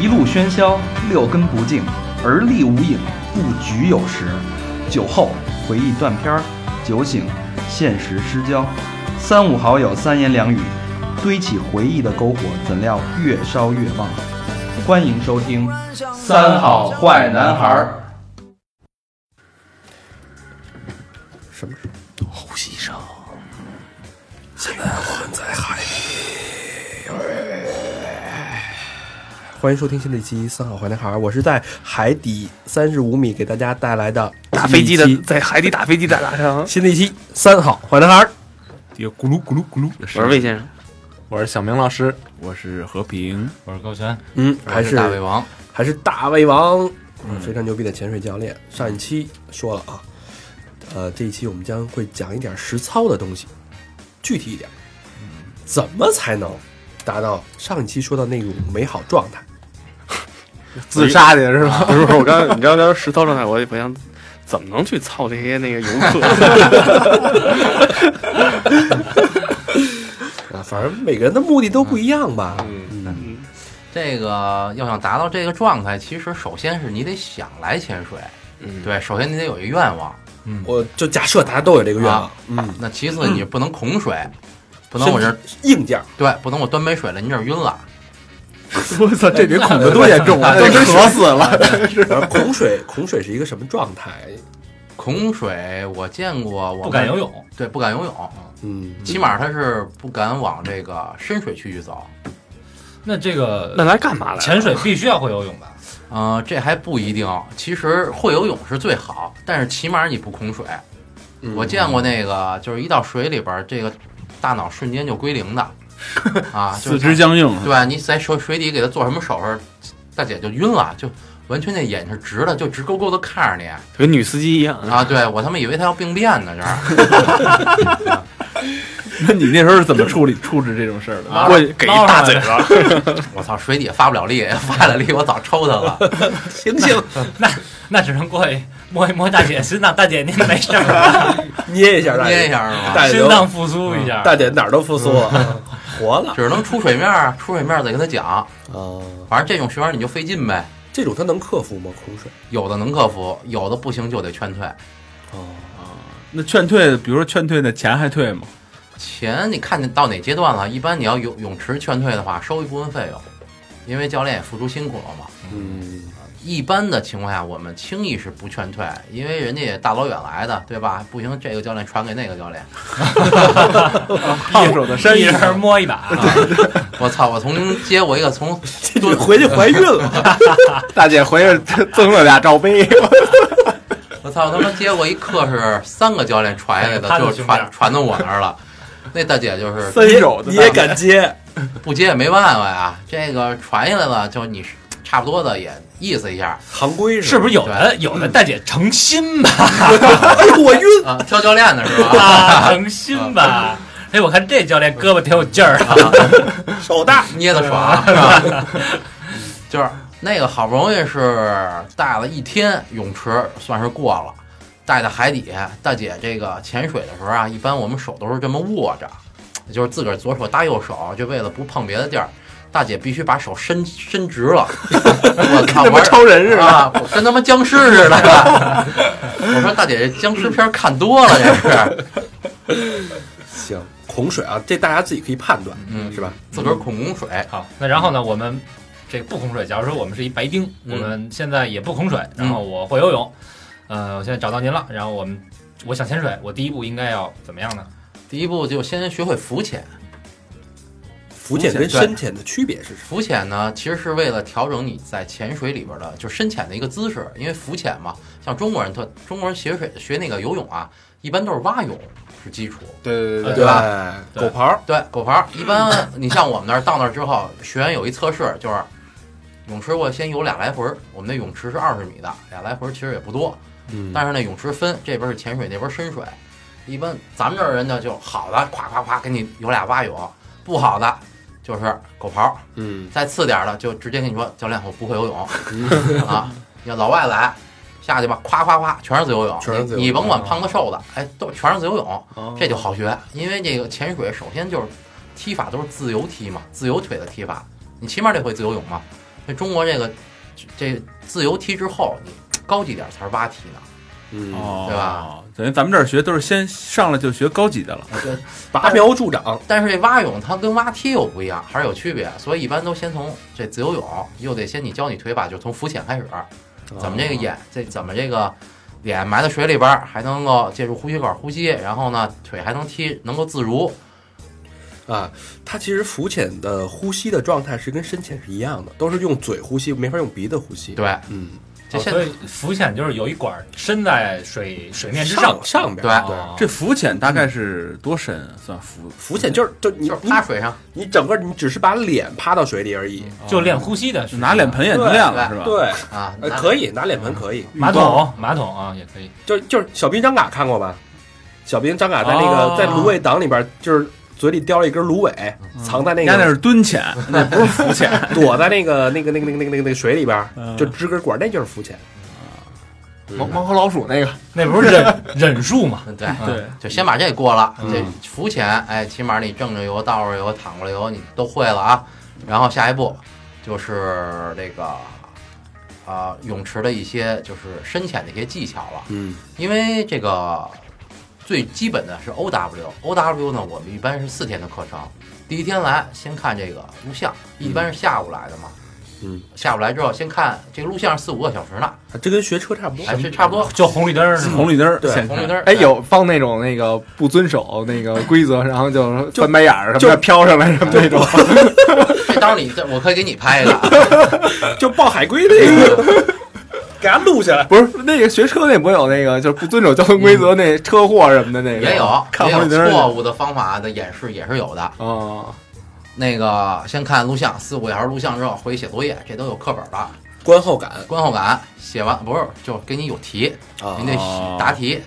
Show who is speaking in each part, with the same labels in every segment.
Speaker 1: 一路喧嚣，六根不净，而立无影，不局有时。酒后回忆断片儿，酒醒现实失焦。三五好友三言两语，堆起回忆的篝火，怎料越烧越旺。欢迎收听《三好坏男孩儿》。
Speaker 2: 欢迎收听新的一期《三好坏男孩》，我是在海底三十五米给大家带来的
Speaker 3: 打飞机的
Speaker 2: 新的一期
Speaker 3: 在海底打飞机打 打
Speaker 4: 嗯
Speaker 3: 上，
Speaker 2: 新的一期《三好坏男孩》。
Speaker 5: 也咕噜咕噜咕噜。
Speaker 3: 我是魏先生，
Speaker 5: 我是小明老师，我是和平。
Speaker 4: 我是高璇，
Speaker 2: 嗯，还
Speaker 4: 大胃王，嗯
Speaker 2: 还是大胃王，啊非常牛逼的潜水教练。上一期说了啊，呃，这一期我们将会讲一点实操的东西，具体一点，怎么才能达到上一期说到那种美好状态？
Speaker 5: 自杀去是吧？
Speaker 3: 不是不是，我刚你刚才实操状态，我也不想怎么能去操这些那个游客，
Speaker 2: 啊，反正每个人的目的都不一样吧。
Speaker 4: 嗯这个要想达到这个状态，其实首先是你得想来潜水，
Speaker 3: 嗯，
Speaker 4: 对，首先你得有一个愿望，
Speaker 2: 我就假设大家都有这个愿望，
Speaker 4: 啊
Speaker 2: 嗯，
Speaker 4: 那其次你不能恐水，不能我这儿
Speaker 2: 硬件儿，
Speaker 4: 对，不能我端杯水了，你这儿晕了，
Speaker 5: 我操，这比恐的多严重啊！都真渴死了。
Speaker 2: 然后恐水，恐水是一个什么状态？
Speaker 4: 恐水我见过，我
Speaker 6: 不敢游，泳，
Speaker 4: 对，不敢游泳，
Speaker 2: 嗯，
Speaker 4: 起码他是不敢往这个深水区域走，
Speaker 6: 那这 个
Speaker 3: 那来干嘛来？
Speaker 6: 潜水必须要会游泳吧？
Speaker 4: 呃，这还不一定，其实会游泳是最好，但是起码你不恐水，
Speaker 2: 嗯
Speaker 4: 我见过那个，就是一到水里边儿，这个大脑瞬间就归零 的，啊，就
Speaker 5: 四
Speaker 4: 是
Speaker 5: 肢僵硬，
Speaker 4: 对吧？你在水水底给他做什么手势，大姐就晕了，就完全那眼是直的，就直勾勾的看着 你
Speaker 3: 跟女司机一样。
Speaker 4: 啊！对我他妈以为他要病变呢，这儿
Speaker 5: 那你那时候是怎么处理 处置这种事儿的？
Speaker 3: 我给一大嘴巴，
Speaker 4: 我操，水底也发不了力， 发了力我早抽他了。
Speaker 2: 醒醒，
Speaker 6: 那只能过去摸一摸大姐心脏，大姐您没事 儿
Speaker 2: 捏一下大
Speaker 4: 捏一
Speaker 2: 家，
Speaker 4: 下是吧？
Speaker 2: 大
Speaker 3: 哎
Speaker 6: 吧，
Speaker 2: 姐
Speaker 6: 心
Speaker 2: 都
Speaker 6: 脏复苏一
Speaker 3: 嗯
Speaker 6: 下。
Speaker 2: 大姐哪儿都复苏了，活了
Speaker 4: 只能出水面儿，出水面儿再跟他讲，
Speaker 2: 啊！
Speaker 4: 反正这种学员你就费劲呗。
Speaker 2: 这种它能克服吗？恐水
Speaker 4: 有的能克服，有的不行就得劝退。
Speaker 2: 哦，
Speaker 5: 那劝退，比如说劝退的钱还退吗？
Speaker 4: 钱你看你到哪阶段了？一般你要泳泳池劝退的话，收一部分费用，因为教练也付出辛苦了嘛。
Speaker 2: 嗯，
Speaker 4: 一般的情况下，我们轻易是不劝退，因为人家也大老远来的，对吧？不行，这个教练传给那个教练，
Speaker 5: 烫手的山
Speaker 6: 一
Speaker 5: 芋，
Speaker 6: 人摸一 把，
Speaker 4: 我操！我曾经接过一个从
Speaker 2: 这就回去怀孕 了，
Speaker 5: 大姐回去赠了俩罩杯。
Speaker 4: 我操，他妈接过一课是三个教练传下来
Speaker 6: 他
Speaker 4: 的，
Speaker 6: 的
Speaker 4: 就
Speaker 6: 兄弟
Speaker 4: 传传到我那儿了。那大姐就是
Speaker 5: 三手的
Speaker 2: 你也敢接？
Speaker 4: 不接也没办法呀，这个传下来了，就你是差不多的也意思一下
Speaker 2: 行规
Speaker 6: 是不
Speaker 2: 是？
Speaker 6: 是有的有
Speaker 3: 嗯
Speaker 6: 的大姐诚心 吧？
Speaker 2: 哎呦，我 晕！
Speaker 4: 啊，挑教练的是吧？
Speaker 6: 啊，诚心吧？
Speaker 3: 嗯
Speaker 6: 哎，我看这教练胳膊挺有劲儿啊，
Speaker 2: 手大，
Speaker 4: 捏的 爽，是吧？ 就是那个好不容易是带了一天泳池，算是过了。带到海底，大姐这个潜水的时候啊，一般我们手都是这么握着，就是自个儿左手搭右手，就为了不碰别的地儿。大姐必须把手伸伸直 了，我
Speaker 5: 跟他
Speaker 4: 操，
Speaker 5: 妈
Speaker 4: 玩
Speaker 5: 超人似的
Speaker 4: 啊，我跟他妈僵尸似的。 我说大姐，这僵尸片看多了，这是
Speaker 2: 行，恐水啊，这大家自己可以判断，
Speaker 4: 嗯
Speaker 2: 是吧？
Speaker 4: 自个儿恐龙水，
Speaker 6: 好，那然后呢，我们这个不恐水，假如说我们是一白丁，
Speaker 4: 嗯
Speaker 6: 我们现在也不恐水，
Speaker 3: 嗯
Speaker 6: 然后我会游泳，呃，我现在找到您了，然后我们我想潜水，我第一步应该要怎么样呢？
Speaker 4: 第一步就先学会浮潜。
Speaker 2: 浮潜跟深潜的区别是什
Speaker 4: 浮潜呢，其实是为了调整你在潜水里边的，就深潜的一个姿势。因为浮潜嘛，像中国人特中国人学水学那个游泳啊，一般都是蛙泳是基础。
Speaker 5: 对
Speaker 2: 么？
Speaker 6: 对
Speaker 2: 吧？狗刨儿，
Speaker 4: 对，狗刨儿一般，你像我们那儿到那儿之后，学员有一测试，就是泳池我先游俩来回儿，我们那泳池是二十米的，俩来回儿其实也不多，
Speaker 2: 嗯
Speaker 4: 但是那泳池分这边是潜水，那边深水。一般咱们这儿人呢，就好的夸夸夸给你游俩蛙泳，不好的就是狗刨儿。
Speaker 2: 嗯，
Speaker 4: 再次点儿的就直接跟你说，教练，我不会游泳 啊！你要老外来下去吧，夸夸夸，全是自由泳，
Speaker 2: 全是自由泳啊
Speaker 4: 你你甭管胖子瘦的，哎，都全是自由泳，
Speaker 5: 哦
Speaker 4: 这就好学。因为这个潜水首先就是踢法都是自由踢嘛，自由腿的踢法，你起码得会自由泳嘛。这中国这个这自由题之后，你高级点儿才是蛙题呢。
Speaker 2: 嗯，
Speaker 5: 哦，
Speaker 4: 对吧？
Speaker 5: 等于咱们这儿学都是先上来就学高级的了，
Speaker 2: 拔苗助长，
Speaker 4: 但是这蛙泳它跟蛙踢又不一样，还是有区别，所以一般都先从这自由泳，又得先你教你腿把，就从浮潜开始，
Speaker 2: 哦
Speaker 4: 怎么这个眼这怎么这个脸埋在水里边儿，还能够借助呼吸管呼吸，然后呢腿还能踢，能够自如。
Speaker 2: 啊？它其实浮潜的呼吸的状态是跟深潜是一样的，都是用嘴呼吸，没法用鼻子呼吸。，
Speaker 4: 对，
Speaker 2: 嗯，
Speaker 4: 这
Speaker 6: 哦
Speaker 4: 现
Speaker 6: 所以浮潜就是有一管伸在水水面之哦
Speaker 2: 上上边儿啊
Speaker 4: 对
Speaker 2: 对。
Speaker 5: 这浮潜大概是多深啊？算浮
Speaker 2: 浮潜就是就你
Speaker 4: 就是
Speaker 2: 你
Speaker 4: 趴水上，
Speaker 2: 你整个你只是把脸趴到水里而已，
Speaker 6: 就练呼吸的，是吧
Speaker 5: 拿脸盆也能练了是吧？，
Speaker 2: 对，
Speaker 4: 啊，
Speaker 2: 呃，
Speaker 4: 拿
Speaker 2: 可以拿脸盆可以，
Speaker 6: 马桶马桶啊也可以，
Speaker 2: 就就是小兵张嘎看过吧？小兵张嘎在那个
Speaker 5: 哦
Speaker 2: 在芦苇党里边，就是嘴里叼了一根芦苇，藏在那
Speaker 5: 人家那
Speaker 2: 个
Speaker 5: 是蹲潜，那不是浮潜。
Speaker 2: 躲在那个那个那个那个那个那个那个水里边，就支根管，那就是浮潜。
Speaker 7: 猫猫和老鼠那个，
Speaker 6: 那不是忍忍术嘛？
Speaker 4: 嗯对
Speaker 5: 对，
Speaker 4: 就先把这过了。这浮潜，哎，起码你正着游、倒着游、躺着游，你都会了啊。然后下一步就是这个啊、泳池的一些就是深潜的一些技巧了。
Speaker 2: 嗯，
Speaker 4: 因为这个最基本的是 O W。O W 呢，我们一般是四天的课程，第一天来先看这个录像，一般是下午来的嘛。
Speaker 2: 嗯，
Speaker 4: 下午来之后先看这个录像是四五个小时呢，
Speaker 2: 啊这跟学车差不多。
Speaker 4: 还是差不多。
Speaker 6: 就红绿灯是吗？
Speaker 5: 嗯红绿灯儿，
Speaker 2: 对
Speaker 5: 现
Speaker 4: 红绿灯儿，
Speaker 7: 哎，有放那种那个不遵守那个规则，然后就
Speaker 2: 就
Speaker 7: 翻白眼儿什
Speaker 2: 就
Speaker 7: 么的飘上来什么那种。
Speaker 4: 这到时候你这我可以给你拍一个啊。
Speaker 2: 就抱海龟那个，给它录下来。
Speaker 7: 不是那个学车那不会有那个就是不遵守交通规则那车祸什么的那
Speaker 4: 嗯
Speaker 7: 个
Speaker 4: 也有
Speaker 7: 看
Speaker 4: 也
Speaker 7: 红绿灯
Speaker 4: 有
Speaker 7: 儿
Speaker 4: 错误的方法的演示也是有的。
Speaker 5: 哦
Speaker 7: 啊，
Speaker 4: 那个先看录像，四五个小时录像之后回去写作业，这都有课本了。呃
Speaker 2: 观后感
Speaker 4: 观后感写完不是就给你有题，
Speaker 2: 啊
Speaker 4: 你得
Speaker 5: 哦
Speaker 4: 答题。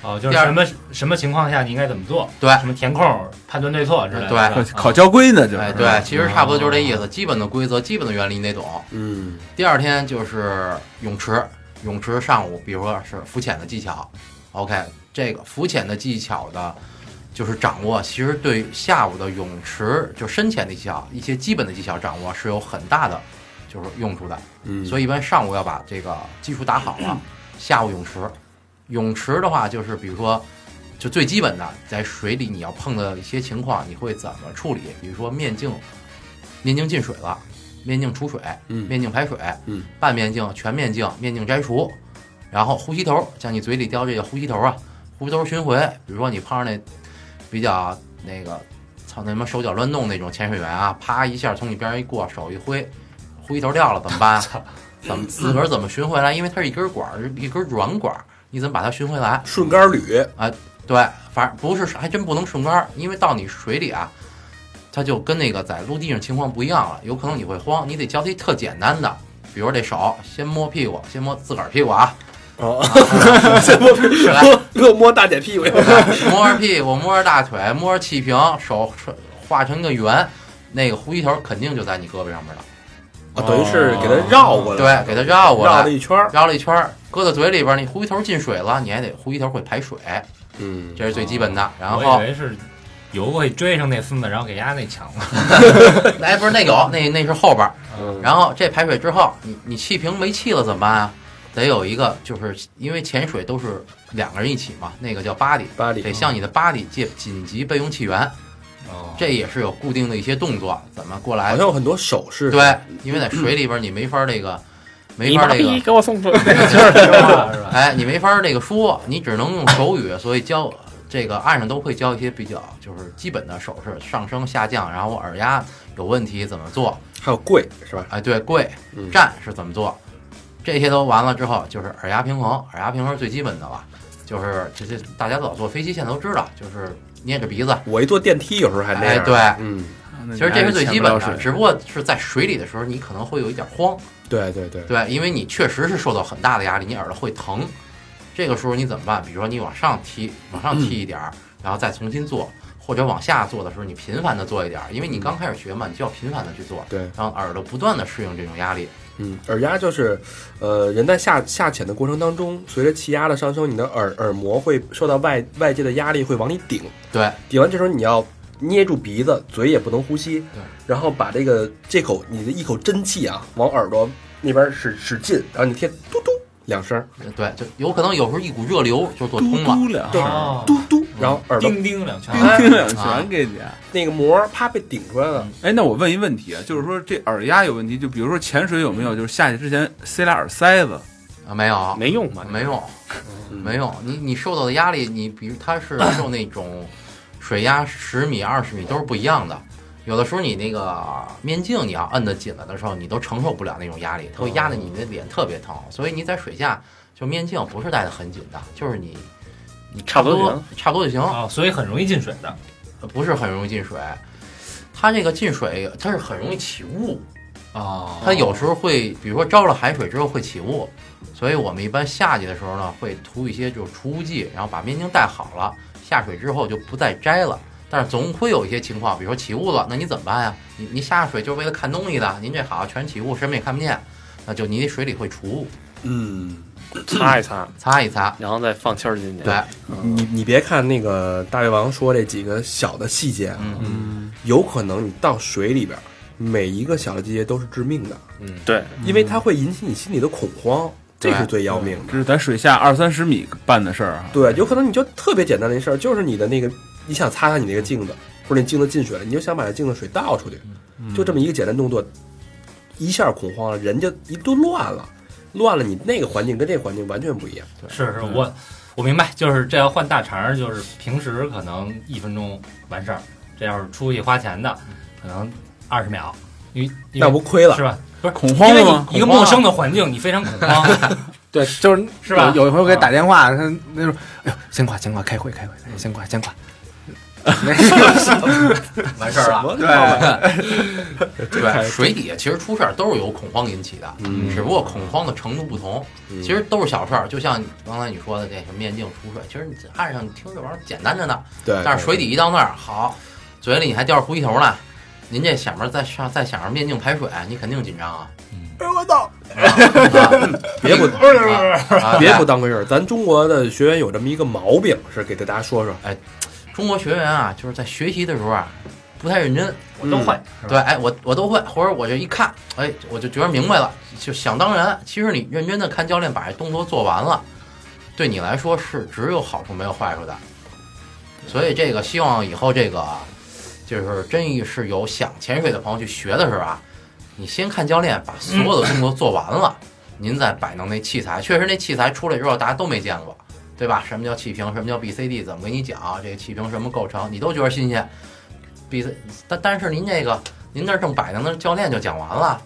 Speaker 6: 哦，就是
Speaker 4: 第二
Speaker 6: 什么什么情况下你应该怎么做，
Speaker 4: 对
Speaker 6: 什么填空、判断对错之类的。
Speaker 4: 对
Speaker 6: 是吧啊
Speaker 5: 考考交规呢，就是
Speaker 4: 嗯哎，对，其实差不多就是这意思，基本的规则、基本的原理你得懂。
Speaker 2: 嗯，
Speaker 4: 第二天就是泳池，泳池上午，比如说是浮潜的技巧，OK，这个浮潜的技巧的，就是掌握，其实对下午的泳池就深潜的技巧，一些基本的技巧掌握是有很大的就是用处的。
Speaker 2: 嗯
Speaker 4: 所以一般上午要把这个基础打好啊了， 下午泳池，泳池的话就是比如说。就最基本的，在水里你要碰到一些情况，你会怎么处理？比如说面镜，面镜进水了，面镜出水，
Speaker 2: 嗯
Speaker 4: 面镜排水，
Speaker 2: 嗯，
Speaker 4: 半面镜、全面镜、面镜摘除，然后呼吸头，像你嘴里叼这个呼吸头啊，呼吸头巡回，比如说你碰上那比较那个操那什么手脚乱动那种潜水员啊，啪一下从你边上一过，手一挥，呼吸头掉了怎么 办？怎么自个儿怎么寻回来？因为它是一根管儿，一根软管儿，你怎么把它寻回来？
Speaker 2: 顺杆捋，
Speaker 4: 对，反正不是，还真不能顺杆儿，因为到你水里啊，它就跟那个在陆地上情况不一样了，有可能你会慌，你得教它一特简单的，比如这手先摸屁股，先摸自个儿屁股啊，
Speaker 2: 哦
Speaker 4: 啊来
Speaker 2: 摸摸摸大姐屁股，
Speaker 4: 摸着屁股，摸着大腿，摸着气瓶，手画成一个圆，那个呼吸头肯定就在你胳膊上面了，
Speaker 2: 啊等于是给它绕过来，
Speaker 4: 对，给它绕过
Speaker 2: 绕了
Speaker 4: 来，
Speaker 2: 一圈儿。
Speaker 4: 绕了一圈儿，搁到嘴里边儿，你呼吸头进水了，你还得呼吸头会排水，
Speaker 2: 嗯，
Speaker 4: 这是最基本的。然后
Speaker 6: 哦我以为是游过去追上那孙子，然后给压那墙了。
Speaker 4: 哎，不是那有那那是后边儿，
Speaker 2: 嗯
Speaker 4: 然后这排水之后，你你气瓶没气了怎么办啊？得有一个，就是因为潜水都是两个人一起嘛，那个叫 body，
Speaker 2: 巴黎
Speaker 4: 得向你的 body 借紧急备用气源，
Speaker 6: 哦，
Speaker 4: 这也是有固定的一些动作，怎么过
Speaker 2: 好
Speaker 4: 来
Speaker 2: 像？有很多手势。
Speaker 4: 对，因为在水里边儿你没法这个，没
Speaker 3: 你
Speaker 4: 法
Speaker 3: 妈
Speaker 4: 这
Speaker 3: 逼
Speaker 4: 个，
Speaker 3: 哎给我送出去！
Speaker 6: 是吧？
Speaker 4: 哎，你没法这个说，你只能用手语，所以教这个岸上都会教一些比较就是基本的手势，上升下降，然后耳压有问题怎么做，
Speaker 2: 还有跪是吧？
Speaker 4: 哎，对，跪
Speaker 2: 嗯
Speaker 4: 站是怎么做？这些都完了之后，就是耳压平衡，耳压平衡是最基本的了。就是这些大家老坐飞机现在都知道，就是捏着鼻子。
Speaker 2: 我一坐电梯有时候还那样。
Speaker 4: 哎对
Speaker 2: 嗯，
Speaker 5: 啊那
Speaker 4: 其
Speaker 5: 你
Speaker 4: 实这是最基本
Speaker 5: 还
Speaker 4: 的，
Speaker 5: 是
Speaker 4: 只不过是在水里的时候，你可能会有一点慌，
Speaker 2: 对对对，
Speaker 4: 对，因为你确实是受到很大的压力，你耳朵会疼。这个时候你怎么办？比如说你往上踢，往上踢一点儿，然后再重新做，或者往下做的时候，你频繁的做一点儿，因为你刚开始学嘛，你就要频繁的去做，
Speaker 2: 对，
Speaker 4: 让耳朵不断的适应这种压力。
Speaker 2: 嗯，耳压就是，呃，人在下下潜的过程当中，随着气压的上升，你的耳耳膜会受到外外界的压力，会往里顶。
Speaker 4: 对，
Speaker 2: 顶完这时候你要捏住鼻子，嘴也不能呼吸
Speaker 4: 对，
Speaker 2: 然后把这个这口你的一口真气啊，往耳朵那边使使劲，然后你贴嘟嘟两声，
Speaker 4: 对，就有可能有时候一股热流就做通了，
Speaker 7: 了
Speaker 2: 对
Speaker 6: 哦，
Speaker 2: 嘟嘟，然后耳朵
Speaker 6: 叮叮两圈，
Speaker 7: 叮两
Speaker 4: 啊
Speaker 7: 拳给你。
Speaker 2: 那个膜啪被顶出来
Speaker 4: 嗯
Speaker 2: 了，
Speaker 5: 哎，那我问一问题啊，就是说这耳压有问题，就比如说潜水有没有，就是下去之前塞俩耳塞子，
Speaker 4: 啊，没有，
Speaker 3: 没用嘛，
Speaker 4: 没用，没用。你你受到的压力，你比如它是受那种水压十米、二十米都是不一样的。有的时候你那个面镜你要摁得紧了的时候，你都承受不了那种压力，它会压得你的脸特别疼。所以你在水下就面镜不是戴得很紧的，就是你你
Speaker 3: 差不
Speaker 4: 不
Speaker 3: 多就
Speaker 4: 多差不多就行，
Speaker 6: 啊，所以很容易进水的。
Speaker 4: 不是很容易进水。它这个进水，它是很容易起雾，
Speaker 6: 哦，
Speaker 4: 它有时候会，比如说招了海水之后会起雾，所以我们一般下去的时候呢，会涂一些就是除雾剂，然后把面镜戴好了，下水之后就不再摘了。但是总会有一些情况，比如说起雾了，那你怎么办呀？你你下水就是为了看东西的，您这好全起雾，什么也看不见，那就你得水里会除雾，
Speaker 2: 嗯，
Speaker 3: 擦一擦，
Speaker 4: 擦一擦。
Speaker 3: 然后再放气儿进去。
Speaker 4: 对，，
Speaker 2: 你你别看那个大胃王说这几个小的细节啊，
Speaker 4: 嗯，
Speaker 5: 嗯，
Speaker 2: 有可能你到水里边，每一个小的细节都是致命的，
Speaker 6: 嗯，
Speaker 3: 对，
Speaker 2: 因为它会引起你心里的恐慌，这是
Speaker 4: 对
Speaker 2: 最要命的
Speaker 5: 这。是在水下二三十米办的事儿啊。
Speaker 2: 对，有可能你就特别简单的一事儿，就是你的那个，你想擦擦你那个镜子，或者你镜子进水了，你就想把这镜子水倒出
Speaker 4: 嗯
Speaker 2: 去，就这么一个简单动作，一下恐慌了，人家一都乱了，乱了，你那个环境跟这个环境完全不一样。
Speaker 6: 是是，我我明白，就是这要换大肠儿，就是平时可能一分钟完事儿，这要是出去花钱的，
Speaker 4: 嗯
Speaker 6: 可能二十秒，因为因
Speaker 2: 那
Speaker 6: 为
Speaker 2: 不亏了嗯
Speaker 6: 是，吧？不是
Speaker 5: 恐
Speaker 6: 因
Speaker 5: 慌啊
Speaker 6: 为
Speaker 5: 了吗？
Speaker 6: 你一个陌生的环境，你非常恐慌，
Speaker 7: 对，就是
Speaker 6: 是吧啊
Speaker 7: 有有一回我给打电话，他那时候，哎呦，先挂先挂，开会开会，先挂先挂。
Speaker 6: 完事儿了。
Speaker 7: 对，
Speaker 4: 对，水底下其实出事儿都是由恐慌引起的，
Speaker 2: 嗯
Speaker 4: 只不过恐慌的程度不同。
Speaker 2: 嗯
Speaker 4: 其实都是小事儿，就像刚才你说的这什么面镜出水，其实你岸上你听这玩意儿简单着呢，
Speaker 2: 哎对，
Speaker 4: 但是水底一到那儿，好，嘴里你还叼着呼吸头呢，您这想着再上再想着面镜排水，你肯定紧张啊。
Speaker 2: 哎
Speaker 4: 我操！
Speaker 2: 别不
Speaker 4: 啊
Speaker 2: 别不当回事儿，咱中国的学员有这么一个毛病，是给大家说说，
Speaker 4: 中国学员啊，就是在学习的时候啊，不太认真。
Speaker 6: 我
Speaker 5: 嗯
Speaker 6: 都 会，是吧
Speaker 4: 对，哎，我我都会，或者我这一看，哎，我就觉得明白了，就想当然。其实你认真的看教练把这动作做完了，对你来说是只有好处没有坏处的。所以这个希望以后这个就是真是有想潜水的朋友去学的时候啊，你先看教练把所有的动作做完了，您再摆弄那器材。确实那器材出来之后大家都没见过，对吧？什么叫气瓶？什么叫 BCD？怎么给你讲？啊这个气瓶什么构成？你都觉得新鲜。B C，但但是您这个您那儿正摆着呢，教练就讲完了，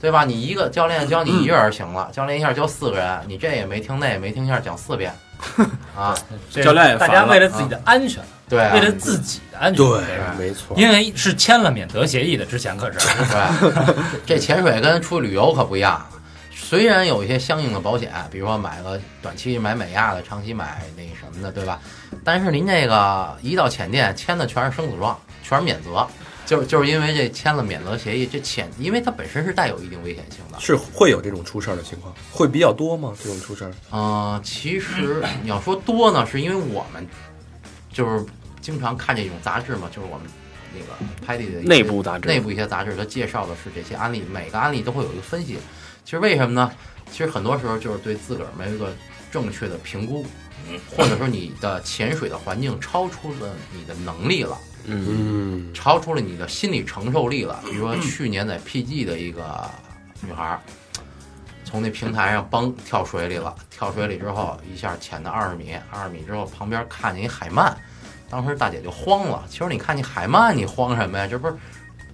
Speaker 4: 对吧？你一个教
Speaker 6: 嗯
Speaker 4: 练教你一个人行了，教练一下教四个人，你这也没听，那也没听，一下讲四遍， 啊，
Speaker 6: 这
Speaker 5: 教练也
Speaker 6: 大
Speaker 5: 烦
Speaker 6: 家
Speaker 5: 了嗯
Speaker 6: 为了自己的安全，
Speaker 4: 对啊，
Speaker 6: 为了自己的安全，
Speaker 2: 对
Speaker 6: 这是，
Speaker 2: 没错，
Speaker 6: 因为是签了免责协议的，之前可是，
Speaker 4: 对，这潜水跟出去旅游可不一样。啊虽然有一些相应的保险，比如说买个短期买美亚的，长期买那什么的，对吧？但是您这个一到浅店签的全是生死状，全是免责，就是就是因为这签了免责协议，这潜因为它本身是带有一定危险性的。
Speaker 2: 是会有这种出事儿的情况，会比较多吗？这种出事儿，
Speaker 4: 嗯、其实你要说多呢，是因为我们就是经常看这种杂志嘛，就是我们那个拍的一些
Speaker 3: 内部杂志，
Speaker 4: 内部一些杂志它介绍的是这些案例，每个案例都会有一个分析。其实为什么呢？其实很多时候就是对自个儿没有一个正确的评估，或者说你的潜水的环境超出了你的能力了，
Speaker 3: 嗯，
Speaker 2: 嗯，
Speaker 4: 超出了你的心理承受力了。比
Speaker 5: 嗯
Speaker 4: 如说去年在 PG 的一个女孩儿，从那平台上嘣跳水里了，跳水里之后一下潜到二十米，二十米之后旁边看见一海鳗，当时大姐就慌了。其实你看见海鳗，你慌什么呀？这不是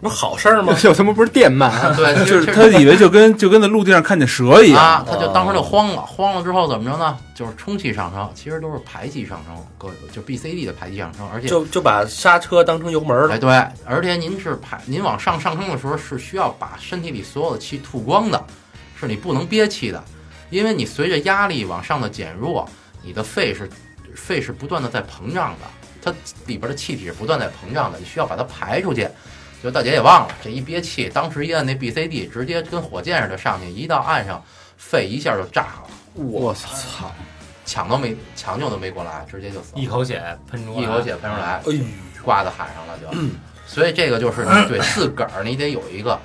Speaker 2: 不是好事儿吗？
Speaker 7: 有他妈不是电鳗，啊
Speaker 4: 对，其实
Speaker 5: 就是
Speaker 4: 其实
Speaker 5: 他以为就跟就跟在陆地上看见蛇一样，
Speaker 4: 啊，他就当
Speaker 5: 哦
Speaker 4: 时就慌了，慌了之后怎么着呢？就是充气上升，其实都是排气上升，各就 BCD 的排气上升，而且
Speaker 2: 就就把刹车当成油门儿了
Speaker 4: 哎。对，而且您是排您往上上升的时候是需要把身体里所有的气吐光的，是你不能憋气的，因为你随着压力往上的减弱，你的肺是肺是不断的在膨胀的，它里边的气体是不断在膨胀的，你需要把它排出去。就大姐也忘了，这一憋气，当时一按那 BCD，直接跟火箭似的上去，一到岸上，肺一下就炸了。
Speaker 2: 我操！
Speaker 4: 抢都没抢救都没过来，直接就死了，
Speaker 6: 一口血喷出来，
Speaker 4: 一口血喷出来
Speaker 2: 哎。呦，
Speaker 4: 挂在海上了就。
Speaker 5: 嗯
Speaker 4: 所以这个就是你对自个儿你得有一个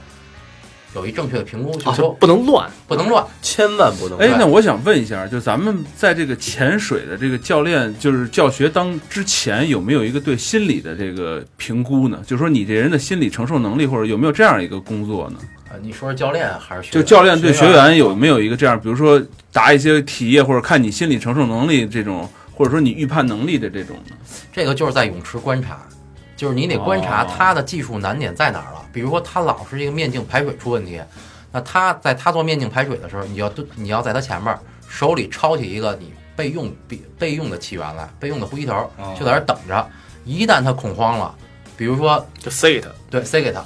Speaker 4: 有一正确的评估，就
Speaker 3: 啊，
Speaker 4: 说
Speaker 5: 哦
Speaker 3: 不能乱。
Speaker 4: 不能乱。
Speaker 2: 千万不能
Speaker 5: 哎
Speaker 2: 乱，
Speaker 5: 那我想问一下，就咱们在这个潜水的这个教练，就是教学当之前，有没有一个对心理的这个评估呢？就是说你这人的心理承受能力，或者有没有这样一个工作呢？
Speaker 4: 呃，你说是教练还是学
Speaker 5: 就
Speaker 4: 员
Speaker 5: 教练对学员有没有一个这样，比如说答一些题呀，或者看你心理承受能力这种，或者说你预判能力的这种呢？
Speaker 4: 这个就是在泳池观察，就是你得观察
Speaker 5: 哦
Speaker 4: 他的技术难点在哪儿了。比如说他老是这个面镜排水出问题，那他在他做面镜排水的时候，你要蹲你要在他前面儿手里抄起一个你备用备备用的气源来，备用的呼吸头儿
Speaker 6: 哦，
Speaker 4: 就在那儿等着。一旦他恐慌了，比如说
Speaker 3: 就塞他，
Speaker 4: 对塞给他，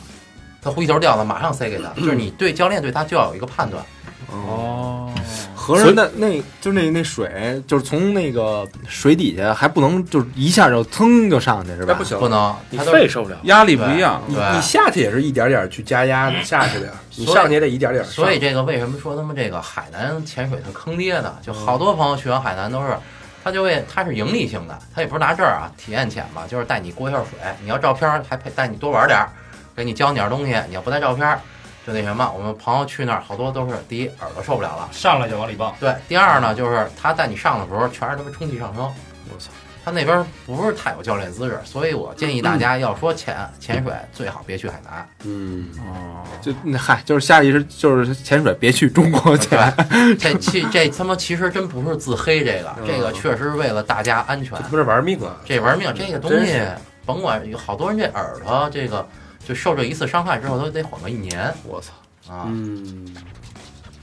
Speaker 4: 他呼吸头掉了，马上塞给他，就是你对教练对他就要有一个判断。
Speaker 5: 哦，
Speaker 7: 合着那那就那那水就是从那个水底下还不能就是一下就噌就上去是
Speaker 2: 那
Speaker 7: 吧？
Speaker 2: 哎不行
Speaker 4: 不，能，
Speaker 3: 你
Speaker 4: 他都是
Speaker 3: 肺受不 了。
Speaker 5: 压力不一样。啊
Speaker 2: 你
Speaker 4: 对
Speaker 2: 你下去也是一点点去加压下去的，你
Speaker 4: 所以
Speaker 2: 上去也得一点点上。
Speaker 4: 所以这个为什么说他们这个海南潜水它坑爹呢？就好多朋友去完海南都是，他就为他是盈利性的，他也不是拿这儿啊体验潜吧，就是带你过一下水，你要照片儿还陪带你多玩点儿，给你教你点儿东西，你要不带照片儿，就那什么，我们朋友去那儿好多都是第一耳朵受不了了，
Speaker 6: 上来就往里蹦，
Speaker 4: 对，第二呢就是他带你上的时候全是他妈充气上升，我操，他那边不是太有教练资质，所以我建议大家要说潜潜水最好别去海南。
Speaker 2: 嗯，
Speaker 5: 哦，
Speaker 7: 就那嗨，就是下意识就是潜水，别去 中国潜。
Speaker 4: 对，这其这他妈其实真不是自黑，这个
Speaker 2: 嗯
Speaker 4: 这个确实是为了大家安全
Speaker 2: 这，他妈是玩命啊！
Speaker 4: 这玩命这个东
Speaker 2: 真
Speaker 4: 西
Speaker 2: 是，
Speaker 4: 甭管有好多人这耳朵这个就受这一次伤害之后都得缓个一年
Speaker 7: 我操！
Speaker 4: 啊，
Speaker 2: 嗯，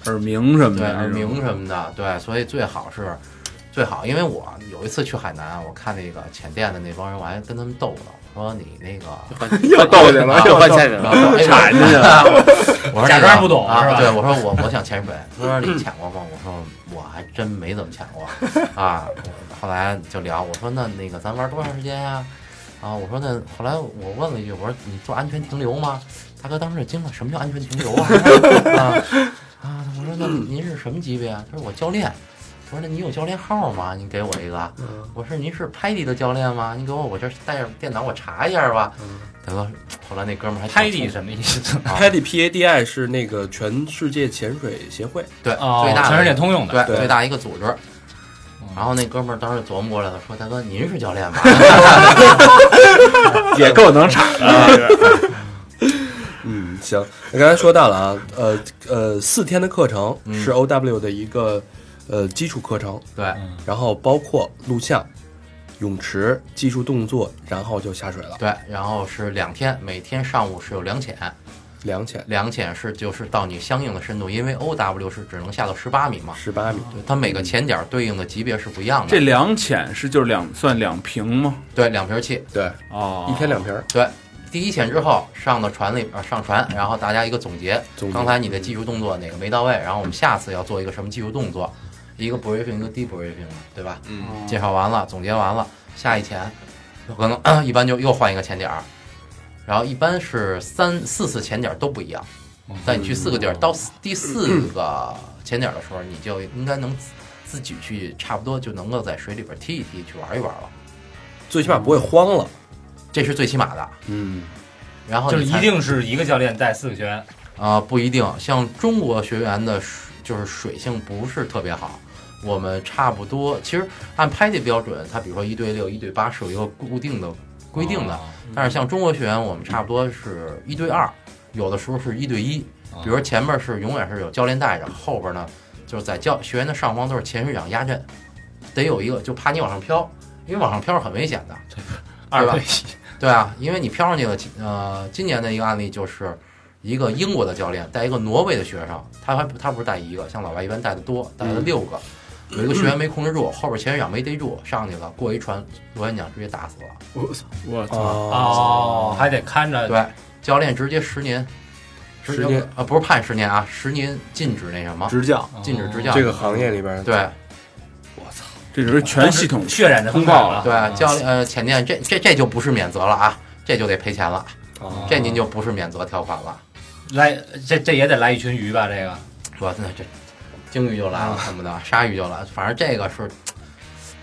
Speaker 5: 耳鸣什么
Speaker 4: 对
Speaker 5: 的，
Speaker 4: 耳
Speaker 5: 那种
Speaker 4: 鸣什么的，对，所以最好是最好，因为我有一次去海南，我看那个潜店的那帮人，我还跟他们斗呢，我说你 那个。
Speaker 7: 又斗去了，又
Speaker 3: 又
Speaker 7: 斗
Speaker 3: 换下去了。
Speaker 6: 哎
Speaker 4: 铲进去了， 我 说
Speaker 6: 假
Speaker 4: 那个
Speaker 6: 装不懂
Speaker 4: 啊
Speaker 6: 是吧
Speaker 4: 对，我说我我想潜水，他说你潜过吗？我说我还真没怎么潜 过啊。后来就聊，我说那那个咱玩多长时间呀、啊？我说那后来我问了一句，我说你做安全停留吗？大哥当时就惊了，什么叫安全停留啊？啊 啊！我说那您是什么级别啊？他说我教练。我说那你有教练号吗？你给我一个。我说您是拍地的教练吗？你给我我这带着电脑我查一下吧。大哥，后来那哥们儿还挺
Speaker 6: 拍地什么意思？
Speaker 4: 啊
Speaker 2: PADI PADI 是那个全世界潜水协会，
Speaker 4: 对，
Speaker 6: 哦
Speaker 4: 最大的
Speaker 6: 全世界通用的，嗯
Speaker 4: 对
Speaker 2: 对
Speaker 4: 最大一个组织。然后那哥们儿当时琢磨过来了，说：“大哥，您是教练 吧？
Speaker 7: 也够能铲
Speaker 2: 嗯，行，那刚才说到了啊，呃呃，四天的课程
Speaker 7: 嗯
Speaker 2: 是 OW 的一个呃基础课程，
Speaker 4: 对，
Speaker 6: 嗯
Speaker 7: 嗯
Speaker 2: 然后包括录像、泳池、技术动作，然后就下水了，
Speaker 4: 对。然后是两天，每天上午是有两潜，
Speaker 2: 两潜
Speaker 4: 两潜是就是到你相应的深度，因为 O W 是只能下到十八米嘛，
Speaker 2: 十八米，
Speaker 4: 对，它每
Speaker 6: 嗯
Speaker 4: 个潜点儿对应的级别是不一样的。
Speaker 5: 这两潜是就是两算两平吗？
Speaker 4: 对两瓶气，
Speaker 2: 对，
Speaker 5: 哦
Speaker 2: 一天两瓶儿，
Speaker 4: 对。第一潜之后上到船里呃上船，然后大家一个总结，
Speaker 2: 总结
Speaker 4: 刚才你的技术动作哪个没到位，然后我们下次要做一个什么技术动作，一个 briefing 一个 debriefing 嘛，对吧？
Speaker 7: 嗯
Speaker 4: 介绍完了，总结完了，下一潜，有可能 咳一般就又换一个潜点儿，然后一般是三四次潜点儿都不一样，在你去四个地儿，到四第四个潜点儿的时候，你就应该能自自己去，差不多就能够在水里边踢一踢，去玩一玩了，
Speaker 2: 最起码不会慌了，
Speaker 4: 这是最起码的。
Speaker 2: 嗯，
Speaker 4: 然后
Speaker 6: 就是
Speaker 4: 你
Speaker 6: 一
Speaker 4: 才
Speaker 6: 定是一个教练带四个学员，
Speaker 4: 啊、不一定，像中国学员的水就是水性不是特别好。我们差不多，其实按拍的标准，它比如说一对六、一对八是有一个固定的规定的，但是像中国学员，我们差不多是一对二，有的时候是一对一。
Speaker 6: 哦，
Speaker 4: 比如前面是永远是有教练带着，后边呢就是在教学员的上方都是潜水长压阵，得有一个就怕你往上飘，因为往上飘是很危险的。
Speaker 6: 二
Speaker 4: 对吧
Speaker 6: 对一，
Speaker 4: 对啊，因为你飘上去了。呃，今年的一个案例就是一个英国的教练带一个挪威的学生，他还不他不是带一个，像老外一般带的多，带了六个。有一个学员没控制住，后边潜水长没逮住，上去了，过一船螺旋桨直接打死了。
Speaker 5: 我
Speaker 7: 啊
Speaker 5: 操！
Speaker 2: 哦，
Speaker 6: 哦，还得看着，
Speaker 4: 对，教练直接十年，
Speaker 2: 十年
Speaker 4: 啊、不是判十年啊，十年禁止那什么，
Speaker 7: 执教。
Speaker 6: 哦
Speaker 4: 禁止
Speaker 7: 啊
Speaker 4: 支教。
Speaker 2: 这个行业里边，
Speaker 4: 对
Speaker 5: 这就是全系统
Speaker 6: 血染的
Speaker 5: 通报
Speaker 2: 啊
Speaker 6: 了，
Speaker 4: 对，教
Speaker 6: 练
Speaker 4: 练呃，前店这这这就不是免责了啊，这就得赔钱了，
Speaker 2: 哦
Speaker 4: 这您就不是免责条款了。
Speaker 6: 来，这这也得来一群鱼吧？这个
Speaker 4: 说那这鲸鱼就来了，恨不得鲨鱼就来了，反正这个是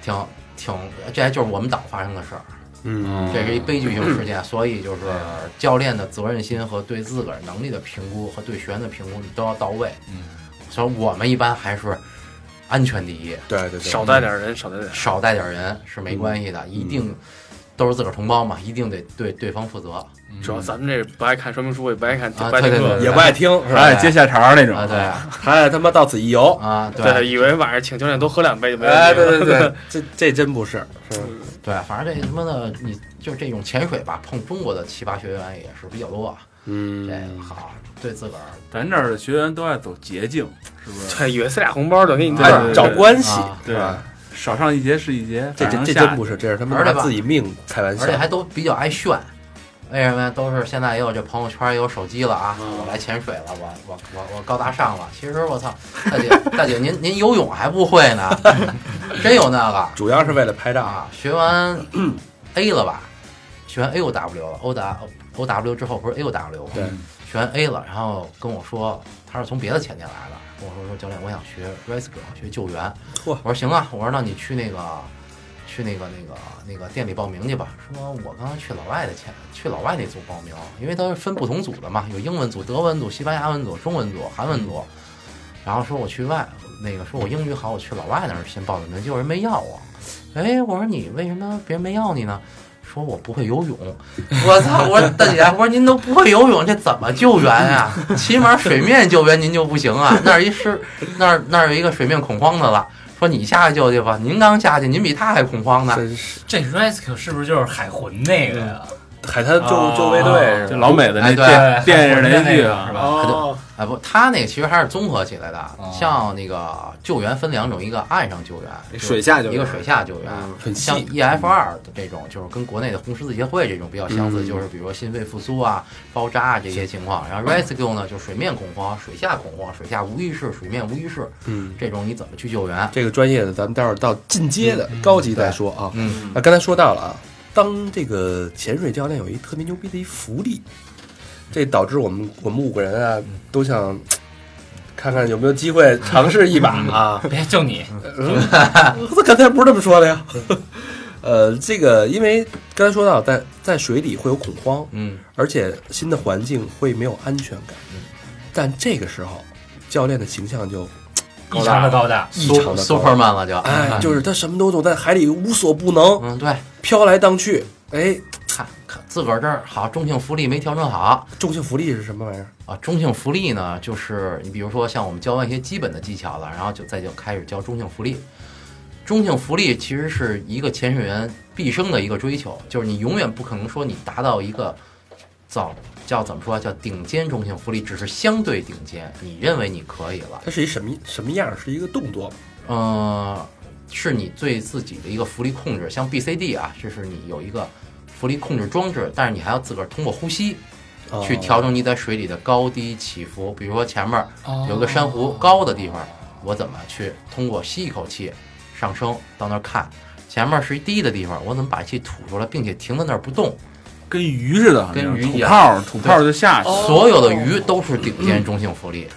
Speaker 4: 挺挺，这就是我们岛发生的事儿。
Speaker 2: 嗯，
Speaker 4: 这是一悲剧性事件，所以就是教练的责任心和对自个儿能力的评估和对学员的评估，你都要到位。嗯，所以我们一般还是安全第一，
Speaker 2: 对对对，
Speaker 3: 少带点人，少带点人。
Speaker 4: 少带点人是没关系的，一定都是自个儿同胞嘛，一定得对对方负责啊。
Speaker 3: 主要咱们这不爱看说明书，也不爱看，
Speaker 4: 啊
Speaker 3: 不爱听
Speaker 4: 对对
Speaker 3: 课
Speaker 4: 对。
Speaker 2: 也不爱听，是吧？啊
Speaker 5: 哎，接下茬儿那种，
Speaker 4: 对啊
Speaker 2: 还他妈到此一游。
Speaker 4: 啊，
Speaker 3: 对，以为晚上请教练多喝两杯就没问题了。
Speaker 2: 哎，对对对，这这真不是，是吧
Speaker 4: 对，啊反正这什么的，你就这种潜水吧，碰中国的奇葩学员也是比较多。啊这
Speaker 2: 嗯，
Speaker 4: 个好，对自个儿
Speaker 5: 咱这儿的学员都爱走捷径，是不是？
Speaker 3: 对，以为塞俩红包就给你
Speaker 4: 对
Speaker 3: 这
Speaker 4: 对
Speaker 2: 哎，找关系，
Speaker 4: 啊
Speaker 5: 对
Speaker 2: 是吧？
Speaker 5: 少上一节是一节，
Speaker 2: 这
Speaker 5: 反
Speaker 2: 这
Speaker 5: 正
Speaker 2: 这
Speaker 5: 下
Speaker 2: 真不是，这是他们
Speaker 4: 而且
Speaker 2: 拿
Speaker 4: 吧
Speaker 2: 自己命开玩笑
Speaker 4: 而且。还都比较爱炫。为什么呀？都是现在也有这朋友圈，也有手机了啊！我来潜水了，我我我我高大上了。其实我操，大姐大姐，您您游泳还不会呢， 真有那个
Speaker 2: 主要是为了拍照，
Speaker 4: 啊！学完 A 了吧？学完 A O W 了，O W O W 之后不是 A O W 吗？
Speaker 2: 对，
Speaker 4: 学完 A 了，然后跟我说他是从别的潜店来的，跟我说说教练，我想学 rescue，学救援。
Speaker 2: 嚯
Speaker 4: 我说行啊，我说那你去那个去那个那个那个店里报名去吧。说我刚才去老外的潜，去老外那组报名，因为它是分不同组的嘛，有英文组、德文组、西班牙文组、中文组、韩文组。然后说我去外那个说我英语好，我去老外那儿先报的名，结果人没要我。哎，我说你为什么别人没要你呢？说我不会游泳，我操！我说大姐，我说您都不会游泳，这怎么救援啊？起码水面救援您就不行啊！那儿一是那儿那儿有一个水面恐慌的了，说你下去救去吧，您刚下去，您比他还恐慌呢。
Speaker 2: 真是
Speaker 6: 这 rescue 是不是就是海魂那个呀？
Speaker 2: 海滩救救卫队
Speaker 5: 就老美的那
Speaker 4: 啊哎对
Speaker 5: 电电视连续剧
Speaker 6: 海
Speaker 5: 啊，
Speaker 6: 魂那个是吧
Speaker 2: 哦，
Speaker 4: 啊不，他那个其实还是综合起来的啊
Speaker 6: 哦，
Speaker 4: 像那个救援分两种，一个岸上救援，就是
Speaker 7: 水下救援
Speaker 4: 一个水下救援。
Speaker 2: 嗯很
Speaker 4: 像
Speaker 2: 细，
Speaker 4: EF 二的这种，就是跟国内的红十字协会这种比较相似，
Speaker 2: 嗯
Speaker 4: 就是比如说心肺复苏啊、包扎啊这些情况。然后 rescue 呢，就水面恐慌、水下恐慌、水下无意识、水面无意识，
Speaker 2: 嗯，
Speaker 4: 这种你怎么去救援？
Speaker 2: 这个专业的咱们待会儿到进阶的高级再说啊。
Speaker 4: 嗯，
Speaker 2: 啊，刚才说到了啊，当这个潜水教练有一特别牛逼的一福利，这导致我们我们五个人啊都想看看有没有机会尝试一把啊。
Speaker 6: 别就你，
Speaker 2: 嗯， 这刚才不是这么说的呀。 呃，这个因为刚才说到在在水里会有恐慌，
Speaker 4: 嗯，
Speaker 2: 而且新的环境会没有安全感，但这个时候教练的形象就
Speaker 6: 异常的高大，
Speaker 2: 异常的
Speaker 4: Superman 了就，
Speaker 2: 哎，就是他什么都懂，在海里无所不能，
Speaker 4: 嗯，对，
Speaker 2: 飘来荡去。哎，
Speaker 4: 看看自个儿这儿好，中性福利没调整好
Speaker 2: 重性浮力是什么玩意儿？
Speaker 4: 啊。中性福利呢，就是你比如说像我们教完一些基本的技巧了，然后就再就开始教中性福利。中性福利其实是一个潜水员毕生的一个追求，就是你永远不可能说你达到一个早叫怎么说叫顶尖中性福利，只是相对顶尖，你认为你可以了。
Speaker 2: 它是一什么什么样儿？是一个动作吗，
Speaker 4: 呃，是你对自己的一个浮力控制，像 BCD 啊，这是你有一个浮力控制装置，但是你还要自个儿通过呼吸
Speaker 2: 哦
Speaker 4: 去调整你在水里的高低起伏。比如说前面有个珊瑚高的地方，我怎么去通过吸一口气上升到那儿看？前面是一低的地方，我怎么把气吐出来，并且停在那儿不动？
Speaker 5: 跟鱼似的，
Speaker 4: 跟鱼
Speaker 5: 吐
Speaker 4: 一样哦
Speaker 5: 泡儿吐泡儿就下去，
Speaker 4: 所有的鱼都是顶尖中性浮力，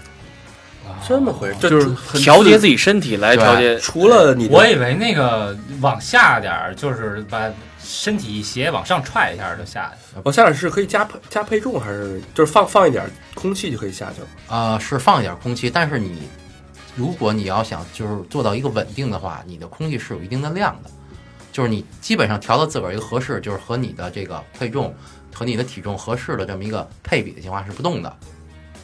Speaker 2: 这么回事。这
Speaker 5: 就是
Speaker 2: 除
Speaker 5: 很
Speaker 3: 调节自己身体来调节。
Speaker 2: 除了你的，
Speaker 6: 我以为那个往下点儿就是把身体一斜往上踹一下就下去，
Speaker 2: 我下来是可以加配加配重，还是就是放放一点儿空气就可以下去了？
Speaker 4: 呃，是放一点空气，但是你如果你要想就是做到一个稳定的话，你的空气是有一定的量的，就是你基本上调到自个儿一个合适，就是和你的这个配重和你的体重合适的这么一个配比的情况下是不动的。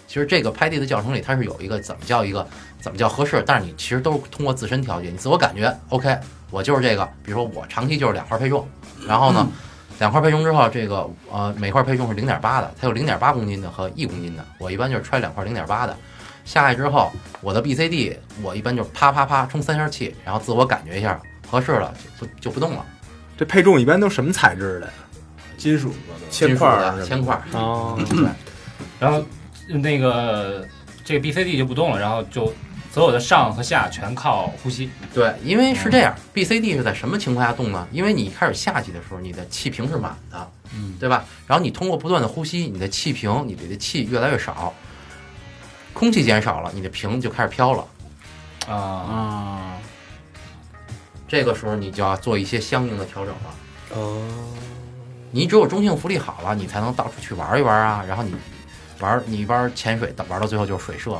Speaker 4: 其实这个拍地的教程里，它是有一个怎么叫一个怎么叫合适，但是你其实都是通过自身调节，你自我感觉 OK，我就是这个，比如说我长期就是两块配重，然后呢，两块配重之后，这个呃每块配重是零点八的，它有零点八公斤的和一公斤的，我一般就是揣两块零点八的，下去之后我的 BCD 我一般就啪啪啪充三下气，然后自我感觉一下合适了就不就不动了，
Speaker 7: 这配重一般都什么材质的呀？
Speaker 5: 金属
Speaker 2: 铅块儿
Speaker 4: 的
Speaker 2: 是吧，嗯
Speaker 4: 铅块儿，啊
Speaker 7: 哦，
Speaker 6: 然后那个这个 BCD 就不动了，然后就所有的上和下全靠呼吸。
Speaker 4: 对，因为是这样，BCD 是在什么情况下动呢？因为你开始下去的时候，你的气瓶是满的，嗯，对吧？然后你通过不断的呼吸，你的气瓶，你的气越来越少，空气减少了，你的瓶就开始飘了。
Speaker 6: 啊，
Speaker 5: 啊，
Speaker 4: 这个时候你就要做一些相应的调整了。
Speaker 2: 哦，
Speaker 4: 你只有中性浮力好了，你才能到处去玩一玩啊。然后你玩你玩潜水，到玩到最后就是水射嘛，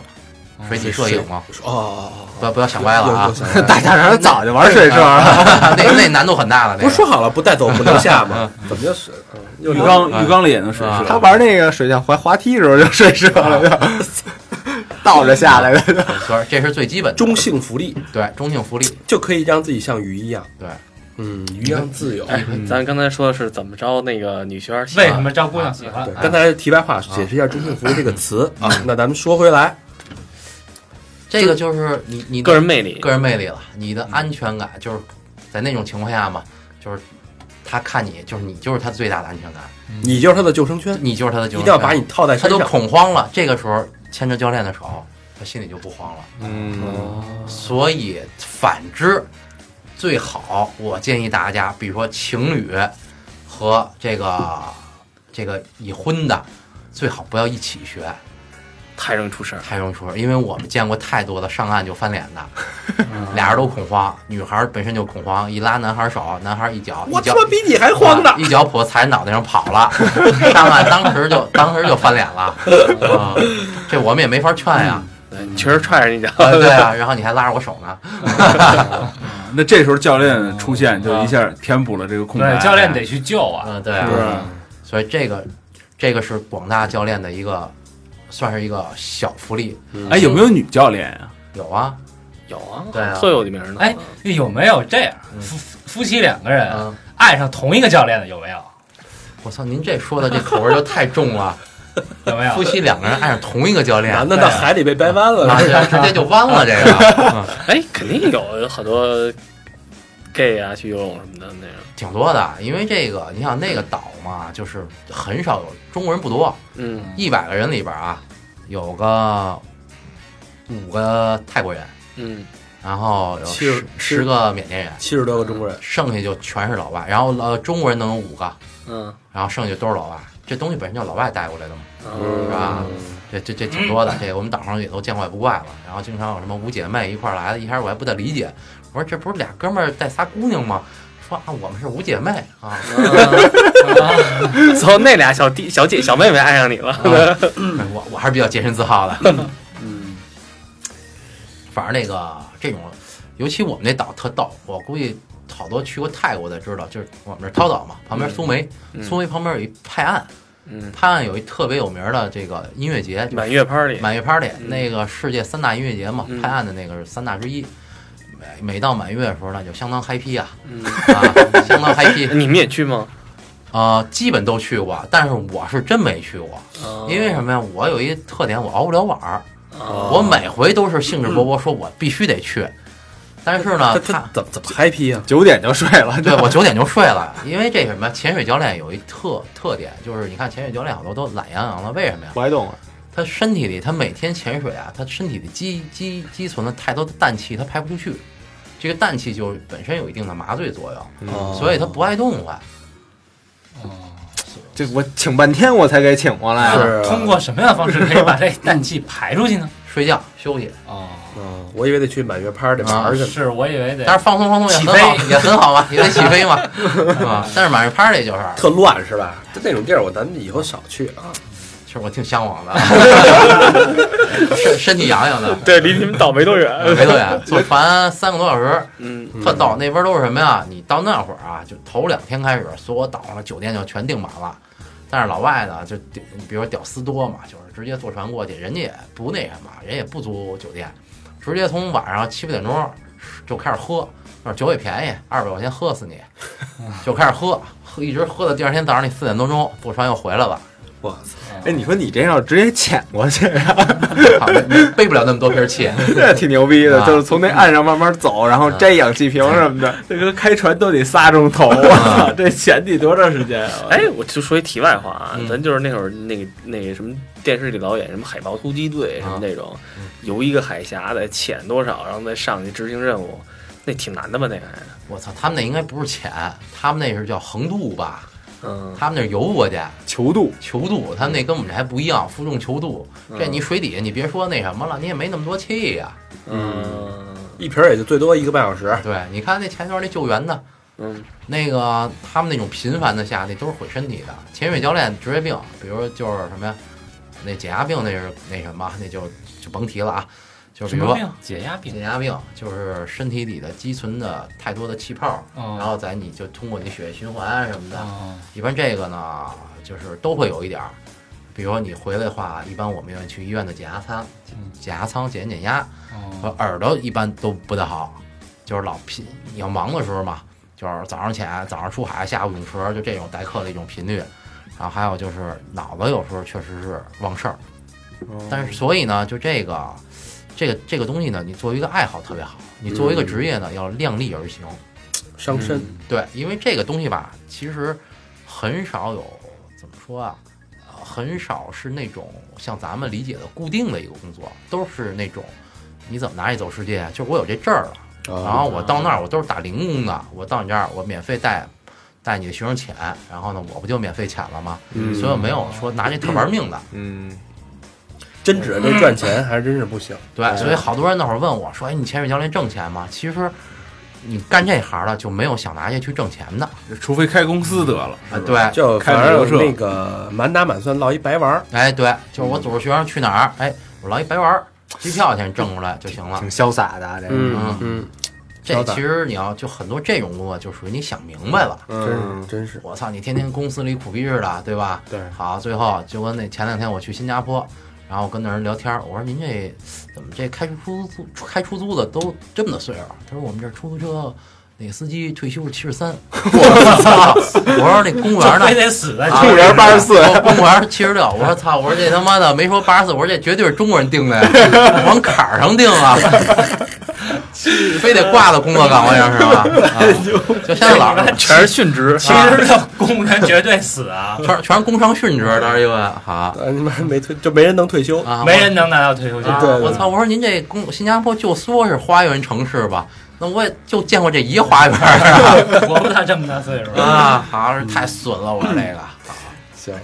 Speaker 2: 嗯
Speaker 4: 水底摄影嘛。
Speaker 2: 哦哦
Speaker 4: 不要不要想歪了啊！
Speaker 2: 啊！
Speaker 7: 大家让人早就玩水车了，
Speaker 4: 那那难度很大的，那
Speaker 2: 不
Speaker 4: 个
Speaker 2: 是说好了不带走不留下吗？
Speaker 4: 嗯
Speaker 2: 怎么就是
Speaker 5: 浴缸浴缸里也能水
Speaker 4: 啊
Speaker 7: 他
Speaker 5: 射，
Speaker 7: 玩那个水下滑滑梯的时候就睡折了，就倒着下来的。
Speaker 4: 没错，这是最基本的
Speaker 2: 中性浮力
Speaker 4: 对中性浮力。
Speaker 2: 就可以让自己像鱼一样，
Speaker 4: 对，
Speaker 2: 嗯，鱼一样自由。
Speaker 3: 哎，咱刚才说的是怎么招那个女学员喜欢
Speaker 6: 为什么招姑娘喜欢
Speaker 2: 对，？刚才题外话解释一下“中性浮力”这个词啊。那咱们说回来，
Speaker 4: 这个就是你你的
Speaker 3: 个人魅力？
Speaker 4: 个人魅力了，你的安全感就是在那种情况下嘛，就是他看你就是你就是他最大的安全感，
Speaker 2: 你就是他的救生圈，
Speaker 4: 你就是他的
Speaker 2: 一
Speaker 4: 嗯救
Speaker 2: 定
Speaker 4: 生
Speaker 2: 要
Speaker 4: 圈
Speaker 2: 把你套在
Speaker 4: 哎他
Speaker 2: 身
Speaker 4: 都
Speaker 2: 上。
Speaker 4: 恐慌了，这个时候牵着教练的手，他心里就不慌了。
Speaker 2: 嗯
Speaker 3: 哦
Speaker 4: 所以反之，最好我建议大家，比如说情侣和这个这个已婚的，最好不要一起学，
Speaker 3: 太容易出事儿。
Speaker 4: 太容易出事，因为我们见过太多的上岸就翻脸的， 俩人都恐慌，女孩本身就恐慌，一拉男孩手，男孩一脚，一
Speaker 2: 我他
Speaker 4: 脚
Speaker 2: 妈比你还慌呢！
Speaker 4: 一脚跛踩脑袋上跑了， 上岸当时就当时就翻脸 了，啊，这我们也没法劝呀，
Speaker 3: 对，确实踹着你脚。
Speaker 4: 啊对啊，然后你还拉着我手呢，
Speaker 5: 那这时候教练出现就一下填补了这个空白。
Speaker 6: 对，教练得去救啊！
Speaker 4: 嗯，对啊
Speaker 5: 是，吧
Speaker 4: 所以这个这个是广大教练的一个算是一个小福利，
Speaker 5: 哎，有没有女教练啊？
Speaker 4: 有啊，
Speaker 3: 有啊，
Speaker 4: 对啊
Speaker 3: 特有名呢。
Speaker 6: 哎，有没有这样
Speaker 4: 嗯
Speaker 6: 夫夫妻两个人
Speaker 4: 嗯，
Speaker 6: 爱上同一个教练的有没有？
Speaker 4: 我操，您这说的这口味儿就太 重了，
Speaker 6: 有没有？
Speaker 4: 夫妻两个人爱上同一个教练
Speaker 2: 男。的到海里被掰弯了，
Speaker 4: 那
Speaker 2: 是吧
Speaker 4: 就直接就弯了，这 个
Speaker 3: 哎，肯定有好多 gay 啊去游泳什么的那种。
Speaker 4: 挺多的，因为这个，你想那个岛嘛，就是很少有中国人不多，
Speaker 3: 嗯
Speaker 4: 一百个人里边啊，有个五个泰国人，
Speaker 3: 嗯，
Speaker 4: 然后有
Speaker 2: 七十
Speaker 4: 十十个缅甸人，
Speaker 2: 七十多个中国人，
Speaker 4: 剩下就全是老外，然后呃中国人能有五个，
Speaker 3: 嗯
Speaker 4: 然后剩下就都是老外，这东西本身就老外带过来的嘛，
Speaker 3: 嗯
Speaker 4: 是吧？这这这挺多的，这我们岛上也都见怪不怪了。然后经常有什么五姐妹一块儿来的，一开始我还不太理解，我说这不是俩哥们儿带仨姑娘吗？说啊，我们是五姐妹啊，
Speaker 3: 最后那俩小弟、小姐、小妹妹爱上你了。
Speaker 4: 啊嗯我我还是比较洁身自好的。
Speaker 5: 嗯，
Speaker 4: 反正那个这种，尤其我们那岛特逗，我估计好多去过泰国的知道，就是我们是涛岛嘛，旁边苏梅，
Speaker 3: 嗯
Speaker 4: 苏梅旁边有一派岸，
Speaker 3: 嗯，
Speaker 4: 派岸有一特别有名的这个音乐节，
Speaker 3: 满月 party，
Speaker 4: 满月 party，、
Speaker 3: 嗯
Speaker 4: 那个世界三大音乐节嘛，
Speaker 3: 嗯
Speaker 4: 拍案的那个是三大之一。每每到满月的时候呢，就相当 happy 啊，
Speaker 3: 嗯
Speaker 4: 啊，相当 happy。
Speaker 3: 你们也去吗？
Speaker 4: 呃，基本都去过，但是我是真没去过，因
Speaker 3: 哦
Speaker 4: 为什么呀？
Speaker 7: 哦
Speaker 4: 我有一特点，我熬不了晚儿，
Speaker 3: 么
Speaker 4: 我每回都是兴致勃勃说我必须得去，但是呢
Speaker 2: 他，
Speaker 4: 他
Speaker 2: 他怎么怎么 happy 啊？
Speaker 7: 九点就睡了，
Speaker 4: 对 我九点就睡了，因为这什么？潜水教练有一特特点，就是你看潜水教练好多都懒洋洋的，为什么呀？
Speaker 7: 不爱动啊了。
Speaker 4: 他身体里，他每天潜水啊，他身体里积积积存了太多的氮气，他排不出去。这个氮气就本身有一定的麻醉作用，
Speaker 2: 哦
Speaker 4: 所以他不爱动了。
Speaker 7: 这我请半天我才给请过来，
Speaker 2: 是啊
Speaker 6: 通过什么样的方式可以把这氮气排出去呢？
Speaker 4: 睡觉休息，
Speaker 6: 哦，
Speaker 2: 哦我以为得去满月趴得
Speaker 7: 啊
Speaker 2: 玩儿去呢。
Speaker 6: 是我以为得
Speaker 4: 但是放松放松也很好
Speaker 6: 起，
Speaker 4: 也很好嘛，也得起飞 嘛，是吧？但是满月趴这就是，
Speaker 2: 特乱是吧？就那种地儿，我咱们以后少去啊。
Speaker 4: 其实我挺向往的，身身体痒痒 的，
Speaker 3: 对，离你们岛没多远。
Speaker 4: 没多远，坐船三个多小时，
Speaker 3: 嗯，
Speaker 4: 特逗，那边都是什么呀？你到那会儿啊，就头两天开始，所有岛上的酒店就全订满了。但是老外呢，就屌比如说屌丝多嘛，就是直接坐船过去，人家也不那什么，人也不租酒店，直接从晚上七八点钟就开始喝，那儿酒也便宜，二百块钱喝死你，就开始喝，喝一直喝到第二天早上你四点多钟坐船又回来了，
Speaker 2: 我操，
Speaker 7: 哎，你说你这要直接潜过 去，
Speaker 4: 操背不了那么多瓶气，
Speaker 7: 这挺牛逼的，
Speaker 4: 啊
Speaker 7: 就是从那岸上慢慢走，然后摘氧气瓶什么的，啊 这跟开船都得仨钟 头，我操，这潜得多长时间啊？
Speaker 3: 哎，我就说一题外话啊，
Speaker 4: 嗯
Speaker 3: 咱就是那会儿那个那个什么电视里老演什么海豹突击队什么那种，游一个海峡得潜多少，然后再上去执行任务，那挺难的吧？那个还，
Speaker 4: 我操，他们那应该不是潜，他们那是叫横渡吧，
Speaker 3: 嗯，
Speaker 4: 他们那是游过去。
Speaker 7: 求渡，
Speaker 4: 求度，他们那跟我们这还不一样，负重求度。这你水底下你别说那什么了，你也没那么多气呀、
Speaker 3: 嗯
Speaker 2: 一瓶儿也就最多一个半小时。
Speaker 4: 对，你看那前段那救援的，
Speaker 3: 嗯，
Speaker 4: 那个他们那种频繁的下，那都是毁身体的。潜水教练职业病，比如就是什么呀，那减压病那是那什么，那就就甭提了啊。就
Speaker 6: 什
Speaker 4: 是比如
Speaker 6: 么
Speaker 4: 说
Speaker 6: 病？解压病
Speaker 4: 减。压病，就是身体里的积存的太多的气泡，
Speaker 6: 哦
Speaker 4: 然后在你就通过你血液循环什么的，
Speaker 6: 哦，
Speaker 4: 一般这个呢，就是都会有一点儿。比如说你回来的话，一般我们愿意去医院的减压舱，减压舱减减压。
Speaker 6: 哦
Speaker 4: 和耳朵一般都不太好，就是老频。你要忙的时候嘛，就是早上起来，早上出海，下午泳池，就这种待客的一种频率。然后还有就是脑子有时候确实是忘事儿，但是所以呢，就这个，这个这个东西呢，你作为一个爱好特别好，你作为一个职业呢，要量力而行。
Speaker 2: 伤身，
Speaker 4: 对，因为这个东西吧，其实很少有怎么说啊，呃很少是那种像咱们理解的固定的一个工作，都是那种你怎么拿一走世界啊？就是我有这证儿了，
Speaker 2: 嗯
Speaker 7: 啊
Speaker 4: 然后我到那儿我都是打零工的，我到你这儿我免费带带你的学生潜，然后呢我不就免费潜了吗？
Speaker 7: 嗯
Speaker 4: 所以我没有说拿这特玩命的。
Speaker 7: 嗯，
Speaker 2: 真指着这赚钱还真是不行。
Speaker 4: 对，所以好多人那会儿问我说：“哎，你潜水教练挣钱吗？”其实你干这行的就没有想拿下去挣钱的
Speaker 5: 除非开公司得了，
Speaker 4: 啊
Speaker 5: 是。吧？
Speaker 4: 对，
Speaker 2: 就
Speaker 5: 开
Speaker 2: 反
Speaker 5: 旅游
Speaker 2: 正
Speaker 5: 社
Speaker 2: 那个满打满算落一白玩儿，
Speaker 4: 哎，对，就是我组织学生去哪儿，哎，我捞一白玩儿，机票钱挣出来就行了
Speaker 6: 嗯
Speaker 7: 挺。潇洒的啊这个，
Speaker 4: 嗯
Speaker 2: 嗯，
Speaker 4: 这
Speaker 2: 交代
Speaker 4: 其实你要就很多这种工作，就属于你想明白了。
Speaker 2: 真
Speaker 7: 嗯
Speaker 2: 是真是，
Speaker 4: 我操，你天天公司里苦逼似的，对吧？
Speaker 7: 对
Speaker 4: 好，最后就跟那前两天我去新加坡，然后跟那人聊天儿，我说您这怎么这开出租开出租的都这么大岁数？他说我们这出租车那个司机退休是七十三。我操！我说那公务员
Speaker 6: 就
Speaker 4: 呢
Speaker 6: 非？得死在
Speaker 4: 啊
Speaker 7: 公务员八 十四，
Speaker 4: 公务员七十六，我说操，我说这他妈的没说八十四，我说这绝对是中国人定的呀，往坎儿上 定啊，非得挂到工作岗位上是吧？啊、就现在老是
Speaker 3: 全是殉 职，
Speaker 6: 其实这啊 公务员绝对死啊，
Speaker 4: 全全是工伤殉职，当时一问，好
Speaker 2: 呃，你妈没退就没人能退休，
Speaker 4: 啊，
Speaker 6: 没人能拿到退休金
Speaker 4: 我。。
Speaker 2: 对
Speaker 4: 啊我操！我说您这公新加坡就说是花园城市吧，那我也就见过这一花园啊！
Speaker 6: 活不到这么大岁数
Speaker 4: 啊，好是太损了，我这个，
Speaker 2: 行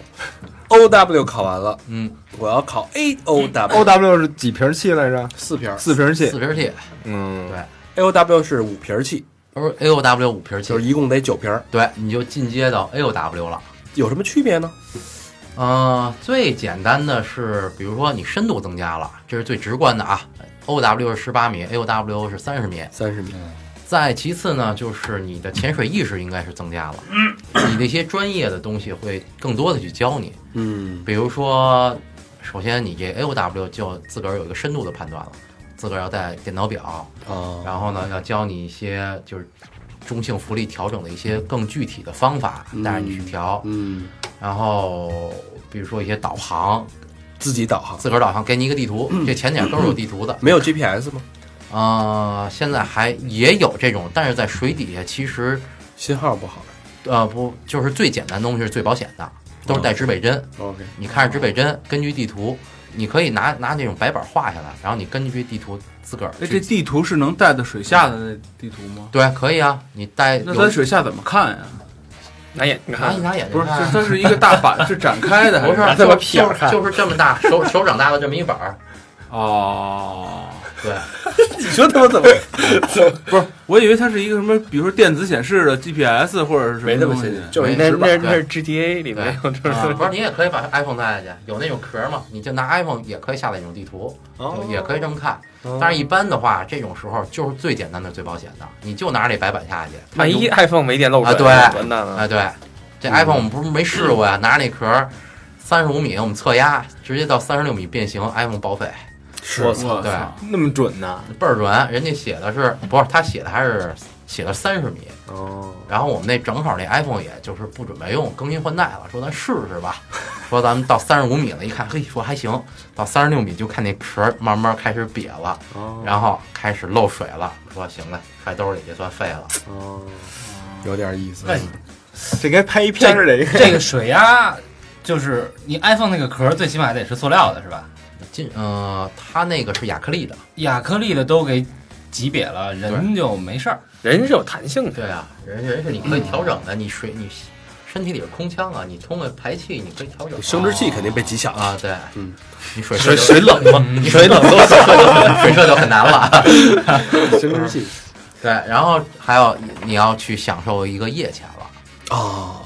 Speaker 2: ，O W 考完了，
Speaker 4: 嗯，
Speaker 2: 我要考 A O W，
Speaker 7: O W 是几瓶气来着？
Speaker 2: 四瓶儿
Speaker 7: 四瓶气
Speaker 4: 四，瓶气，
Speaker 7: 嗯，
Speaker 2: ，A O W 是五瓶儿气，
Speaker 4: 他说 A O W 五瓶
Speaker 2: 就是
Speaker 4: 气，
Speaker 2: 一共得九瓶儿，
Speaker 4: 对，你就进阶到 A O W 了。
Speaker 2: 有什么区别呢？
Speaker 4: 呃，最简单的是，比如说你深度增加了，这是最直观的啊。O W 是十八米，A O W 是三十米。
Speaker 2: 三十米，
Speaker 4: 再其次呢，就是你的潜水意识应该是增加了，你那些专业的东西会更多的去教你。
Speaker 2: 嗯，
Speaker 4: 比如说，首先你这 A O W 就自个儿有一个深度的判断了，自个儿要带电脑表，
Speaker 2: 啊，
Speaker 4: 然后呢要教你一些就是中性浮力调整的一些更具体的方法，带着你去调。
Speaker 2: 嗯，
Speaker 4: 然后比如说一些导航，
Speaker 2: 自己导航，
Speaker 4: 自个儿导航，给你一个地图，这前点都是有地图的。
Speaker 2: 没有 G P S 吗？
Speaker 4: 呃，现在还也有这种，但是在水底下其实
Speaker 2: 信号不好
Speaker 4: 呃不就是最简单的东西是最保险的，都是带指北针。
Speaker 2: ，OK，
Speaker 4: 你看着指北针，根据地图，你可以拿拿那种白板画下来，然后你根据地图自个儿
Speaker 5: 哎，这
Speaker 4: 去。
Speaker 5: 地图是能带到水下的那地图吗？
Speaker 4: 对，可以啊，你带
Speaker 5: 那
Speaker 4: 有哎
Speaker 5: 咱水下怎么看呀？
Speaker 3: 拿眼睛
Speaker 4: 拿
Speaker 3: 看
Speaker 4: 一，拿眼
Speaker 5: 不
Speaker 4: 睛
Speaker 5: 是，
Speaker 4: 看
Speaker 5: 这
Speaker 4: 啊。
Speaker 5: 它是一个大板，是展开的还
Speaker 4: 不
Speaker 5: 是？
Speaker 4: 是，
Speaker 7: 这
Speaker 4: 就是
Speaker 7: 么撇
Speaker 4: 就
Speaker 7: 着看
Speaker 4: 是就是这么大手手掌大的这么一 板儿，
Speaker 5: 哦，
Speaker 4: 对，
Speaker 2: 你说他妈怎么
Speaker 5: 我以为它是一个什么，比如说电子显示的 GPS 或者是什么东西。
Speaker 4: 就是一
Speaker 3: 那
Speaker 4: 纸板
Speaker 3: 那
Speaker 4: 对
Speaker 3: 那是 GTA 里面有这
Speaker 4: 啊
Speaker 3: 种
Speaker 4: 不是，你也可以把 iPhone 带下去，有那种壳嘛，你就拿 iPhone 也可以下载一种地图，
Speaker 5: 哦
Speaker 4: 就
Speaker 7: 哦
Speaker 4: 也可以这么看。
Speaker 3: 嗯
Speaker 4: 但是，一般的话，这种时候就是最简单的、最保险的，你就拿着这白板下去。它
Speaker 3: 万
Speaker 4: 就
Speaker 3: 一 iPhone 没电漏水，
Speaker 4: 啊对
Speaker 3: 完蛋了。
Speaker 4: 啊，对，这 iPhone 我们不是没试过呀，拿着那壳，三十五米我们测压，直接到三十六米变形，iPhone 报废，
Speaker 5: 我
Speaker 4: 操对
Speaker 7: 那么准呢？
Speaker 4: 倍儿准。人家写的是不是？他写的还是写的三十米，
Speaker 7: 哦，
Speaker 4: 然后我们那正好那 iPhone 也就是不准备用，更新换代了，说咱试试吧。说咱们到三十五米了，一看，嘿，说还行。到三十六米就看那壳儿慢慢开始瘪了，
Speaker 7: 哦
Speaker 4: 然后开始漏水了。说行了，揣兜里也算废了。
Speaker 7: 哦，
Speaker 2: 有点意思？
Speaker 6: 那
Speaker 7: 这该拍一片儿这个，
Speaker 6: 这个水压就是你 iPhone 那个壳，最起码得是塑料的，是吧？
Speaker 4: 进，呃，它那个是亚克力的，
Speaker 6: 亚克力的都给挤瘪了，人就没事儿。
Speaker 3: 人是有弹性的，
Speaker 4: 对啊，人人是你可以调整的，你水你身体里是空腔啊，你通过排气你可以调整。
Speaker 2: 生殖器肯定被挤小了，
Speaker 4: 啊，对，
Speaker 2: 嗯，
Speaker 4: 你水
Speaker 3: 水
Speaker 4: 就
Speaker 3: 水冷吗？
Speaker 4: 你水冷都水射就很难了。
Speaker 2: 生殖器
Speaker 4: 对，然后还有你要去享受一个夜潜了。
Speaker 2: 哦，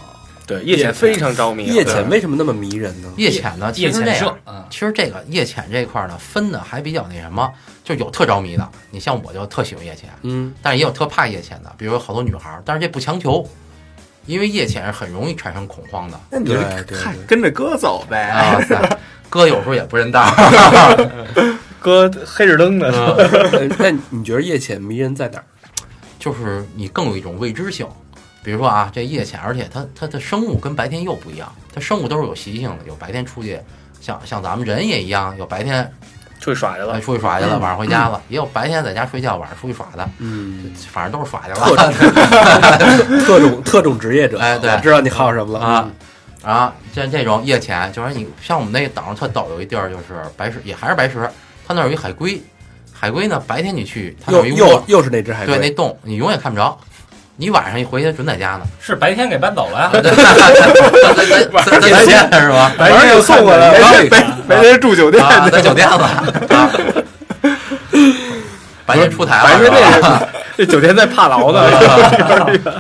Speaker 3: 对，夜潜非常着迷啊。
Speaker 2: 夜潜为什么那么迷人呢？
Speaker 4: 夜潜呢，其
Speaker 6: 夜
Speaker 4: 实这
Speaker 6: 潜
Speaker 4: 样
Speaker 6: 射，啊，
Speaker 4: 其实这个夜潜这块儿呢，分的还比较那什么，就有特着迷的。你像我就特喜欢夜潜，
Speaker 2: 嗯，
Speaker 4: 但是也有特怕夜潜的，比如有好多女孩儿，但是这不强求，因为夜潜是很容易产生恐慌的。
Speaker 7: 那你就
Speaker 2: 对对对
Speaker 7: 看跟着哥走呗。
Speaker 4: 啊，塞哥有时候也不认道儿，
Speaker 3: 搁黑着灯呢，
Speaker 2: 呃那你觉得夜潜迷人在哪儿？
Speaker 4: 就是你更有一种未知性。比如说啊，这夜潜，而且它它的生物跟白天又不一样，它生物都是有习性的，有白天出去，像像咱们人也一样，有白天
Speaker 3: 出去耍去
Speaker 4: 呃
Speaker 3: 了。
Speaker 4: 出去耍去了，晚上回家了，也有白天在家睡觉，晚上出去耍的，
Speaker 2: 嗯，
Speaker 4: 反正都是耍去
Speaker 2: 特种特
Speaker 4: 了。
Speaker 2: 种特种职业者，
Speaker 4: 哎对
Speaker 2: 我知道你好什么了嗯
Speaker 4: 啊。啊，像这种夜潜，就是你像我们那岛上特逗，有一地儿就是白石，也还是白石，它那儿有一海龟，海龟呢白天你去，
Speaker 2: 嗯
Speaker 4: 它那儿
Speaker 2: 又
Speaker 4: 有一
Speaker 2: 又
Speaker 4: 窝，
Speaker 2: 又是那只海
Speaker 4: 对那
Speaker 2: 龟，
Speaker 4: 洞你永远看不着，你晚上一回去它准在家呢，
Speaker 6: 是白天给搬走了啊呀。
Speaker 4: 咱咱咱咱酒店是 吧？
Speaker 7: 晚上又送过来了，没事没没人住酒店
Speaker 4: 啊，在
Speaker 7: 的，
Speaker 4: 酒 店了，啊白天出台
Speaker 3: 白
Speaker 4: 了
Speaker 3: 天
Speaker 4: 是吧，
Speaker 3: 那这酒店在帕劳 呢，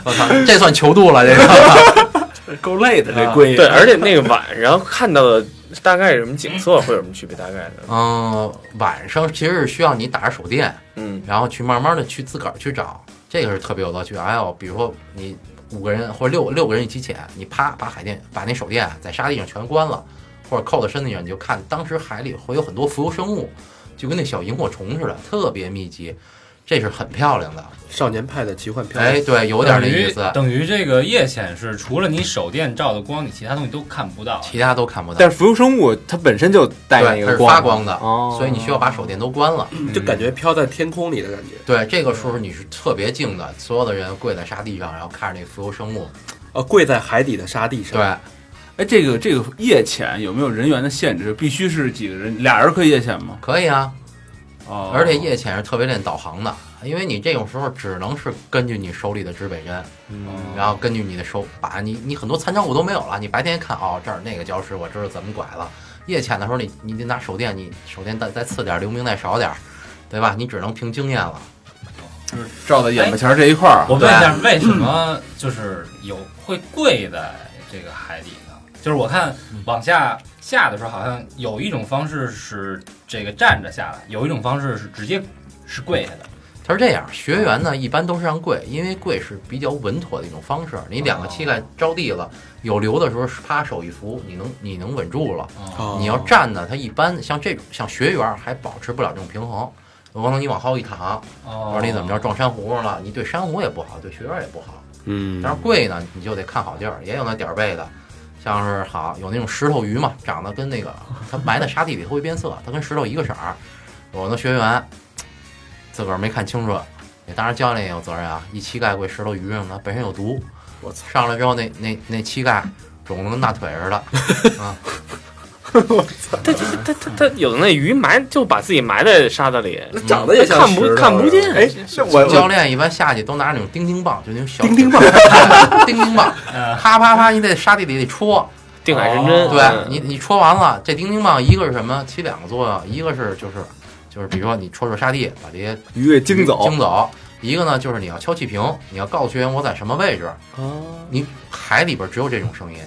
Speaker 4: 我操，这算求度了，这个
Speaker 2: 够累的这龟
Speaker 3: 对，而且那个晚上看到的大概什么景色会有什么区别？大概的，
Speaker 4: 嗯，晚上其实是需要你打着手电，
Speaker 3: 嗯，
Speaker 4: 然后去慢慢的去自个儿去找，这个是特别有乐趣。还有比如说你五个人或者六六个人一起潜，你啪把海电把那手电在沙地上全关了，或者扣在身子上，你就看当时海里会有很多浮游生物，就跟那小萤火虫似的，特别密集，这是很漂亮的。
Speaker 2: 少年派的奇幻漂
Speaker 4: 哎，
Speaker 2: 流，
Speaker 4: 对，有点那意思，
Speaker 6: 等于等于这个夜显示，除了你手电照的光，你其他东西都看不到。
Speaker 4: 其他都看不到
Speaker 7: 但，是浮游生物它本身就带那
Speaker 4: 对，它
Speaker 7: 个
Speaker 4: 是发光
Speaker 7: 光
Speaker 4: 的，
Speaker 7: 哦
Speaker 4: 所以你需要把手电都关了。
Speaker 2: 就感觉飘在天空里的感觉。
Speaker 4: 对，这个时候你是特别静的，所有的人跪在沙地上，然后看着那浮游生物。
Speaker 2: 呃，跪在海底的沙地上，
Speaker 4: 对，
Speaker 5: 哎，这个这个夜潜有没有人员的限制？必须是几个人？俩人可以夜潜吗？
Speaker 4: 可以啊，
Speaker 5: 哦，
Speaker 4: 而且夜潜是特别练导航的，因为你这种时候只能是根据你手里的指北针，然后根据你的手把你你很多参照物都没有了，你白天看哦这儿那个礁石我知道怎么拐了，夜潜的时候你你得拿手电，你手电再再次点儿，流明再少点儿，对吧？你只能凭经验了。
Speaker 5: 照在眼巴前儿这一块儿，
Speaker 6: 我问一下，为什么就是有会跪在这个海底呢？就是我看往下下的时候，好像有一种方式是这个站着下来，有一种方式是直接是跪下的。
Speaker 4: 他是这样，学员呢一般都是让跪，因为跪是比较稳妥的一种方式。你两个膝盖着地了，有流的时候，啪手一扶，你能你能稳住了。
Speaker 2: 哦
Speaker 4: 你要站呢，他一般像这种像学员还保持不了这种平衡，有可能你往后一躺，
Speaker 6: 哦
Speaker 4: 或者你怎么着？撞珊瑚上了，你对珊瑚也不好，对学员也不好。
Speaker 2: 嗯
Speaker 4: 但是跪呢，你就得看好地儿，也有那点儿背的，像是好有那种石头鱼嘛，长得跟那个它埋在沙地里它会变色，它跟石头一个色儿。有的学员自个儿没看清楚，也当然教练也有责任啊，一膝盖跪石头鱼上呢，本身有毒，
Speaker 2: 我操，
Speaker 4: 上来之后那那那膝盖肿得跟大腿似的，啊，
Speaker 3: 它它它它有的那鱼埋就把自己埋在沙子里，
Speaker 2: 那长得也像
Speaker 3: 看
Speaker 2: 石头
Speaker 3: 不看不见。
Speaker 7: 哎，那我
Speaker 4: 教
Speaker 7: 我
Speaker 4: 练一般下去都拿那种钉钉棒，就那种小
Speaker 2: 叮叮棒，
Speaker 4: 钉钉 棒，啪啪啪，你在沙地里得戳，
Speaker 3: 定海神针，
Speaker 4: 哦对
Speaker 3: 嗯
Speaker 4: 你，你戳完了，这钉钉棒一个是什么？起两个作用，一个是就是就是比如说你戳戳沙地，把这些
Speaker 7: 鱼给惊走，
Speaker 4: 惊走；一个呢就是你要敲气瓶，你要告诉学员我在什么位置。
Speaker 2: 哦，
Speaker 4: 你海里边只有这种声音，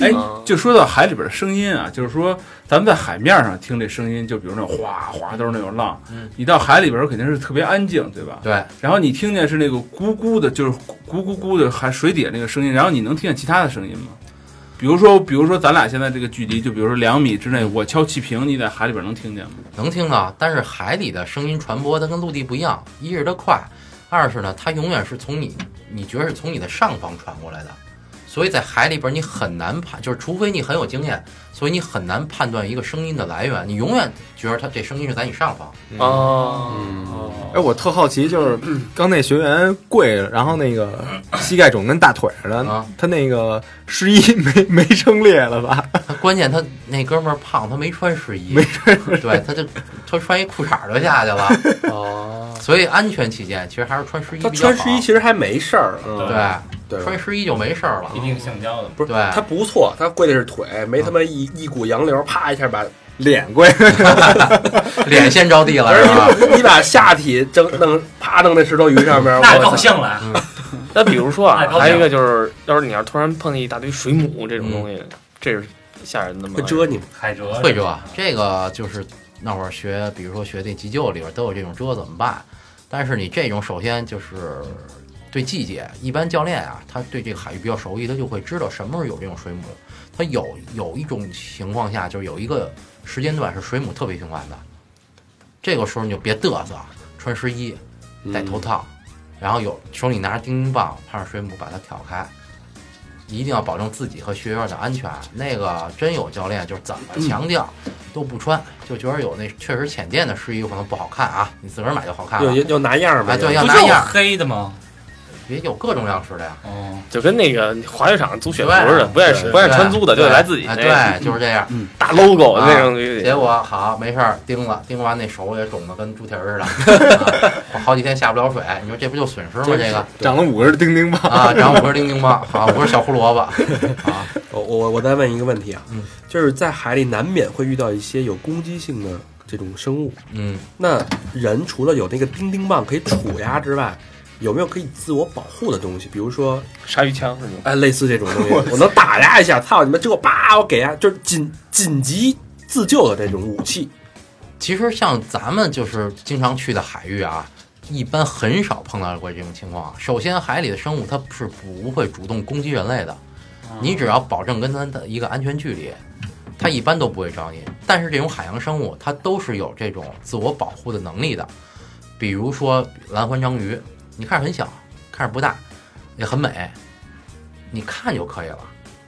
Speaker 5: 哎
Speaker 3: 嗯，
Speaker 5: 就说到海里边的声音啊，就是说咱们在海面上听这声音，就比如那种哗哗都是那种浪，
Speaker 4: 嗯
Speaker 5: 你到海里边肯定是特别安静，对吧？
Speaker 4: 对
Speaker 5: 然后你听见是那个咕咕的，就是咕咕咕的海水底下那个声音，然后你能听见其他的声音吗？比如说，比如说咱俩现在这个距离，就比如说两米之内，我敲气瓶，你在海里边能听见吗？
Speaker 4: 能听到，但是海里的声音传播它跟陆地不一样，一是它快，二是呢它永远是从你你觉得是从你的上方传过来的，所以在海里边你很难判，就是除非你很有经验，所以你很难判断一个声音的来源，你永远觉得它这声音是在你上方。
Speaker 3: 哦，
Speaker 7: 哎，我特好奇， 就是刚那学员跪，然后那个膝盖肿跟大腿似的
Speaker 4: 啊，
Speaker 7: 他那个湿衣没没撑裂了吧？
Speaker 4: 他关键他那哥们儿胖，他没穿湿衣，没穿，对，他就他穿一裤衩儿就下去了。
Speaker 2: 哦，
Speaker 4: 所以安全起见，其实还是穿湿衣
Speaker 2: 他
Speaker 4: 比较好。
Speaker 2: 穿湿衣其实还没事儿呢，
Speaker 6: 对
Speaker 4: 对，
Speaker 2: 对吧
Speaker 4: 穿？湿衣就没事儿了
Speaker 6: 一。定橡胶的嘛。
Speaker 2: 不是，
Speaker 4: 对嗯
Speaker 2: 他不错，他跪的是腿，没他妈一一股洋流，啪一下把
Speaker 7: 脸跪，
Speaker 4: 脸先 着地了是吧？
Speaker 2: 你你把下体整弄啪弄在石头鱼上 面，
Speaker 6: 那
Speaker 2: 我
Speaker 6: 高兴了，
Speaker 3: 那比如说
Speaker 6: 太
Speaker 3: 啊，
Speaker 6: 高
Speaker 3: 还有一
Speaker 6: 兴了
Speaker 3: 个就是，要是你要突然碰见一大堆水母这
Speaker 4: 嗯
Speaker 3: 种东西，这是吓人的吗？
Speaker 2: 会蛰你吗？
Speaker 6: 海哲
Speaker 4: 会折，这个就是那会儿学，比如说学那急救里边都有这种折怎么办？但是你这种首先就是对季节，一般教练啊，他对这个海域比较熟悉，他就会知道什么时候有这种水母。他有有一种情况下，就是有一个时间段是水母特别频繁的，这个时候你就别嘚瑟，穿湿衣，戴头套，然后有手里拿着钉钉棒，怕是水母把它挑开。一定要保证自己和学员的安全。那个真有教练就是怎么强调都不穿，就觉得有那确实浅店的湿衣服可能不好看啊，你自个儿买就好看
Speaker 2: 有
Speaker 4: 了。
Speaker 2: 有拿样儿吗？
Speaker 4: 哎对要
Speaker 6: 不
Speaker 4: 拿
Speaker 6: 就
Speaker 4: 样
Speaker 6: 黑的吗？
Speaker 4: 也有各种样式的呀，
Speaker 6: 哦，
Speaker 3: 就跟那个滑雪场租雪服
Speaker 4: 对啊
Speaker 3: 似的，不愿
Speaker 2: 对
Speaker 3: 不愿穿租的，就得
Speaker 4: 对
Speaker 3: 来自己
Speaker 4: 哎
Speaker 3: 那个
Speaker 4: 对，啊就是这样。
Speaker 3: 大 logo 的那种东
Speaker 4: 结
Speaker 3: 西。
Speaker 4: 果好，没事儿，钉了，钉完那手也肿得跟猪蹄儿似 的，啊好几天下不了水。你说这不就损失吗？这个
Speaker 7: 长了五根钉钉棒，
Speaker 4: 啊，长五根钉钉棒，好，五根小胡萝卜，啊，
Speaker 2: 我我我再问一个问题啊
Speaker 4: 嗯，
Speaker 2: 就是在海里难免会遇到一些有攻击性的这种生物，
Speaker 4: 嗯，
Speaker 2: 那人除了有那个钉钉棒可以杵压之外，有没有可以自我保护的东西？比如说，
Speaker 3: 鲨鱼枪是吗？
Speaker 2: 哎，类似这种东西， 我能打压一下，操你妈，这我啪，我给压，就是紧紧急自救的这种武器。
Speaker 4: 其实像咱们就是经常去的海域啊，一般很少碰到过这种情况。啊首先，海里的生物它是不会主动攻击人类的，你只要保证跟它的一个安全距离，它一般都不会找你。但是这种海洋生物，它都是有这种自我保护的能力的。比如说蓝环章鱼，你看着很小，看着不大，也很美，你看就可以了。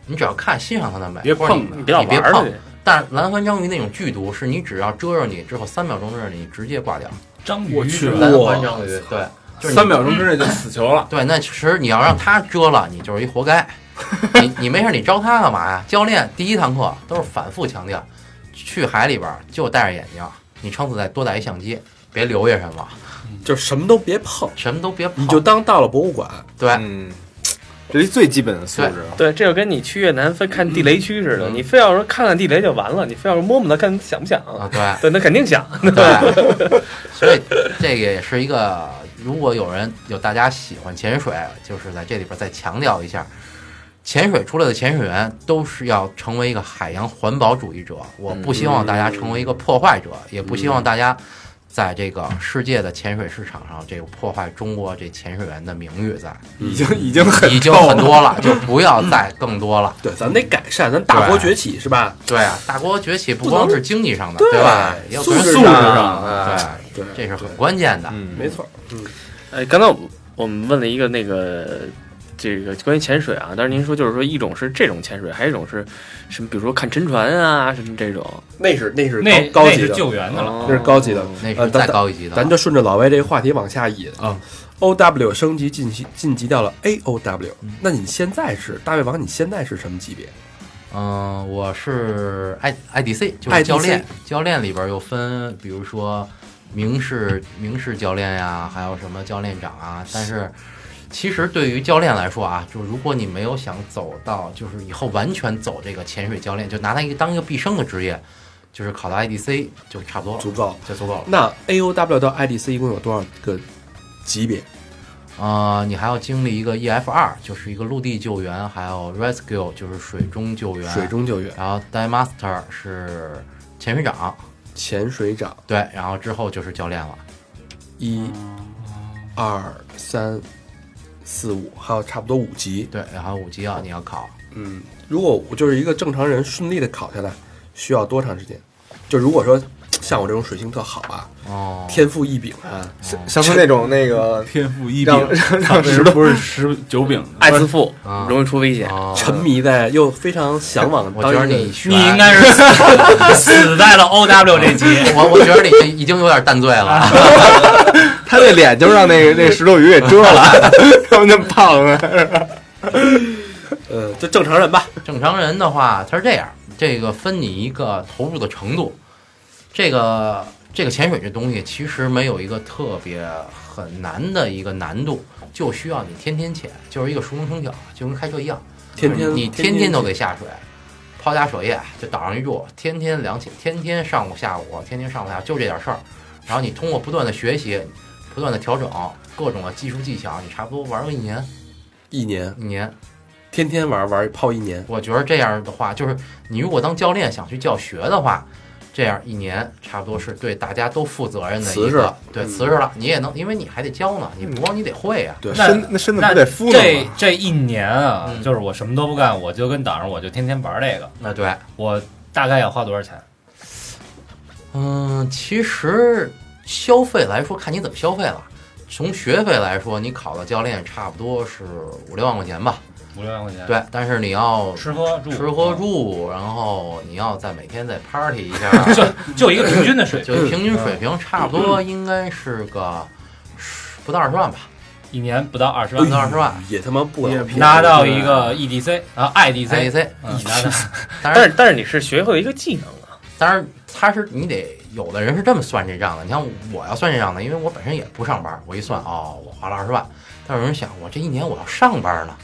Speaker 4: 你只要看欣赏它的美，
Speaker 5: 别
Speaker 4: 或者你
Speaker 5: 碰它
Speaker 3: 你别老
Speaker 4: 你别
Speaker 3: 玩它
Speaker 4: 碰
Speaker 3: 去，
Speaker 4: 但是蓝环章鱼那种剧毒，是你只要蛰着你之后，三秒钟之内你直接挂掉。
Speaker 6: 章
Speaker 5: 我
Speaker 6: 鱼
Speaker 5: 去
Speaker 6: 是吧
Speaker 4: 蓝环章鱼，对，就是
Speaker 5: 三
Speaker 4: 你
Speaker 5: 秒钟之内就死球了。
Speaker 4: 对。那其实你要让它蛰了，你就是一活该。你你没事，你招它干嘛呀？教练第一堂课都是反复强调，去海里边儿就戴着眼镜，你撑死再多带一相机，别留下什么，
Speaker 2: 就什么都别碰，
Speaker 4: 什么都别碰。
Speaker 2: 你就当到了博物馆。
Speaker 4: 对，啊
Speaker 7: 嗯，这是最基本的素质。
Speaker 3: 对，这就跟你去越南非看地雷区似的，
Speaker 4: 嗯
Speaker 3: 你非要说看看地雷就完了，你非要说摸摸它看想不想。
Speaker 4: 啊对。
Speaker 3: 对，那肯定想。
Speaker 4: 对， 所以这个也是一个，如果有人有大家喜欢潜水，就是在这里边再强调一下，潜水出来的潜水员都是要成为一个海洋环保主义者。我不希望大家成为一个破坏者，也不希望大家在这个世界的潜水市场上这个破坏中国这潜水员的名誉在，
Speaker 7: 已经已经很
Speaker 4: 已 经
Speaker 7: 够
Speaker 4: 很多了，就不要再更 多了。
Speaker 2: 对，咱得改善，咱大国崛起是吧？
Speaker 4: 对啊，大国崛起不光是经济上的，
Speaker 2: 对
Speaker 4: 对吧？也有
Speaker 2: 素质啊
Speaker 4: 素质
Speaker 5: 上
Speaker 4: 上的，
Speaker 2: 对，
Speaker 4: 对，这是很关键的。
Speaker 7: 嗯，
Speaker 2: 没错。
Speaker 3: 哎，刚才我们我们问了一个那个这个关于潜水啊，但是您说就是说一种是这种潜水，还有一种是什么，比如说看沉船啊什么这种，
Speaker 2: 那是那是
Speaker 6: 那
Speaker 2: 高高
Speaker 6: 那
Speaker 2: 级
Speaker 6: 是
Speaker 2: 的，
Speaker 6: 救援的了，
Speaker 3: 哦
Speaker 2: 那是高级的。
Speaker 4: 那
Speaker 2: 呃
Speaker 4: 是
Speaker 2: 咱
Speaker 4: 再高一级的了，啊
Speaker 2: 咱就顺着老魏这个话题往下引啊。O W 升级晋级晋级到了 A O W，那你现在是大胃王？你现在是什么级别？
Speaker 4: 嗯，我是 I I D C，就
Speaker 2: IDC
Speaker 4: 是教练。教练里边又分，比如说明示明示教练呀、还有什么教练长啊。但是其实对于教练来说啊，就如果你没有想走到，就是以后完全走这个潜水教练，就拿它一个当一个毕生的职业，就是考到 I D C 就差不多了，
Speaker 2: 足够。
Speaker 4: 就足够了。
Speaker 2: 那 A O W 到 I D C 一共有多少个级别？
Speaker 4: 呃，你还要经历一个 E F 二，就是一个陆地救援，还有 Rescue，就是水中救援，
Speaker 2: 水中救援、
Speaker 4: 然后 Dive Master 是潜水长，
Speaker 2: 潜水长，
Speaker 4: 对，然后之后就是教练了。
Speaker 2: 一、二、三、四、五，还有差不多五级。
Speaker 4: 对，然后五级要你要考，
Speaker 2: 嗯，如果我就是一个正常人顺利的考下来，需要多长时间？就如果说像我这种水性特好啊，
Speaker 4: 哦，
Speaker 2: 天赋异禀啊，
Speaker 7: 像像是那种那个
Speaker 5: 天赋异禀
Speaker 7: 让，让让石
Speaker 5: 石
Speaker 7: 头
Speaker 5: 不是十九饼的，
Speaker 3: 爱自负
Speaker 4: 啊
Speaker 3: 容易出危险。
Speaker 4: 哦
Speaker 2: 沉迷在又非常向往
Speaker 4: 我
Speaker 2: 到
Speaker 4: 觉
Speaker 2: 一
Speaker 4: 得
Speaker 2: 个
Speaker 4: 你
Speaker 6: 你应该是死死在了 O W 这级。
Speaker 4: 我 我觉得你这已经有点淡醉了。
Speaker 7: 他那脸就让 那个那石头鱼给遮了，他们就胖了。
Speaker 2: 呃，就正常人吧。
Speaker 4: 正常人的话，他是这样，这个分你一个投入的程度，这个这个潜水这东西其实没有一个特别很难的一个难度，就需要你天天潜，就是一个熟能生巧，就跟开车一样，
Speaker 2: 天天
Speaker 4: 你天
Speaker 2: 天
Speaker 4: 都得下水。抛家舍业就岛上一住，天天两起，天天上午下午，天天上午下午，就这点事儿。然后你通过不断的学习，不断的调整各种的技术技巧，你差不多玩个一年，
Speaker 2: 一年
Speaker 4: 一年。
Speaker 2: 天天玩玩泡一年，
Speaker 4: 我觉得这样的话，就是你如果当教练想去教学的话，这样一年差不多是对大家都负责任的一
Speaker 2: 辞职
Speaker 4: 个，对辞职了，你嗯也能，因为你还得教呢，你不光你得会啊呀、
Speaker 7: 对，
Speaker 6: 那
Speaker 7: 身那身子
Speaker 6: 那
Speaker 7: 不得敷
Speaker 6: 这
Speaker 7: 弄吗？
Speaker 6: 这一年啊，
Speaker 4: 嗯
Speaker 6: 就是我什么都不干，我就跟岛上，我就天天玩这个。
Speaker 4: 那对，
Speaker 6: 我大概要花多少钱？
Speaker 4: 嗯，其实消费来说，看你怎么消费了。从学费来说，你考到教练差不多是五六万块钱吧。
Speaker 6: 五六万块钱。，
Speaker 4: 对，但是你要
Speaker 6: 吃喝住，嗯
Speaker 4: 吃喝，住，然后你要再每天再 party 一下，
Speaker 6: 就就一个平均的水平，
Speaker 4: 就平均水平差不多应该是个十不到二十万吧，
Speaker 6: 一年不到二十
Speaker 4: 不
Speaker 6: 万
Speaker 2: 哎
Speaker 4: 到。二十万。
Speaker 2: 也他妈不老便宜
Speaker 6: 拿到一个 EDC 啊 IDC，
Speaker 4: IDC，
Speaker 6: 嗯 拿到
Speaker 3: 但
Speaker 4: 当然
Speaker 3: 是但是你是学会了一个技能啊，
Speaker 4: 当然他是你得有的人是这么算这账的，你像我要算这账的，因为我本身也不上班，我一算哦，我花了二十万。但有人想，我这一年我要上班呢，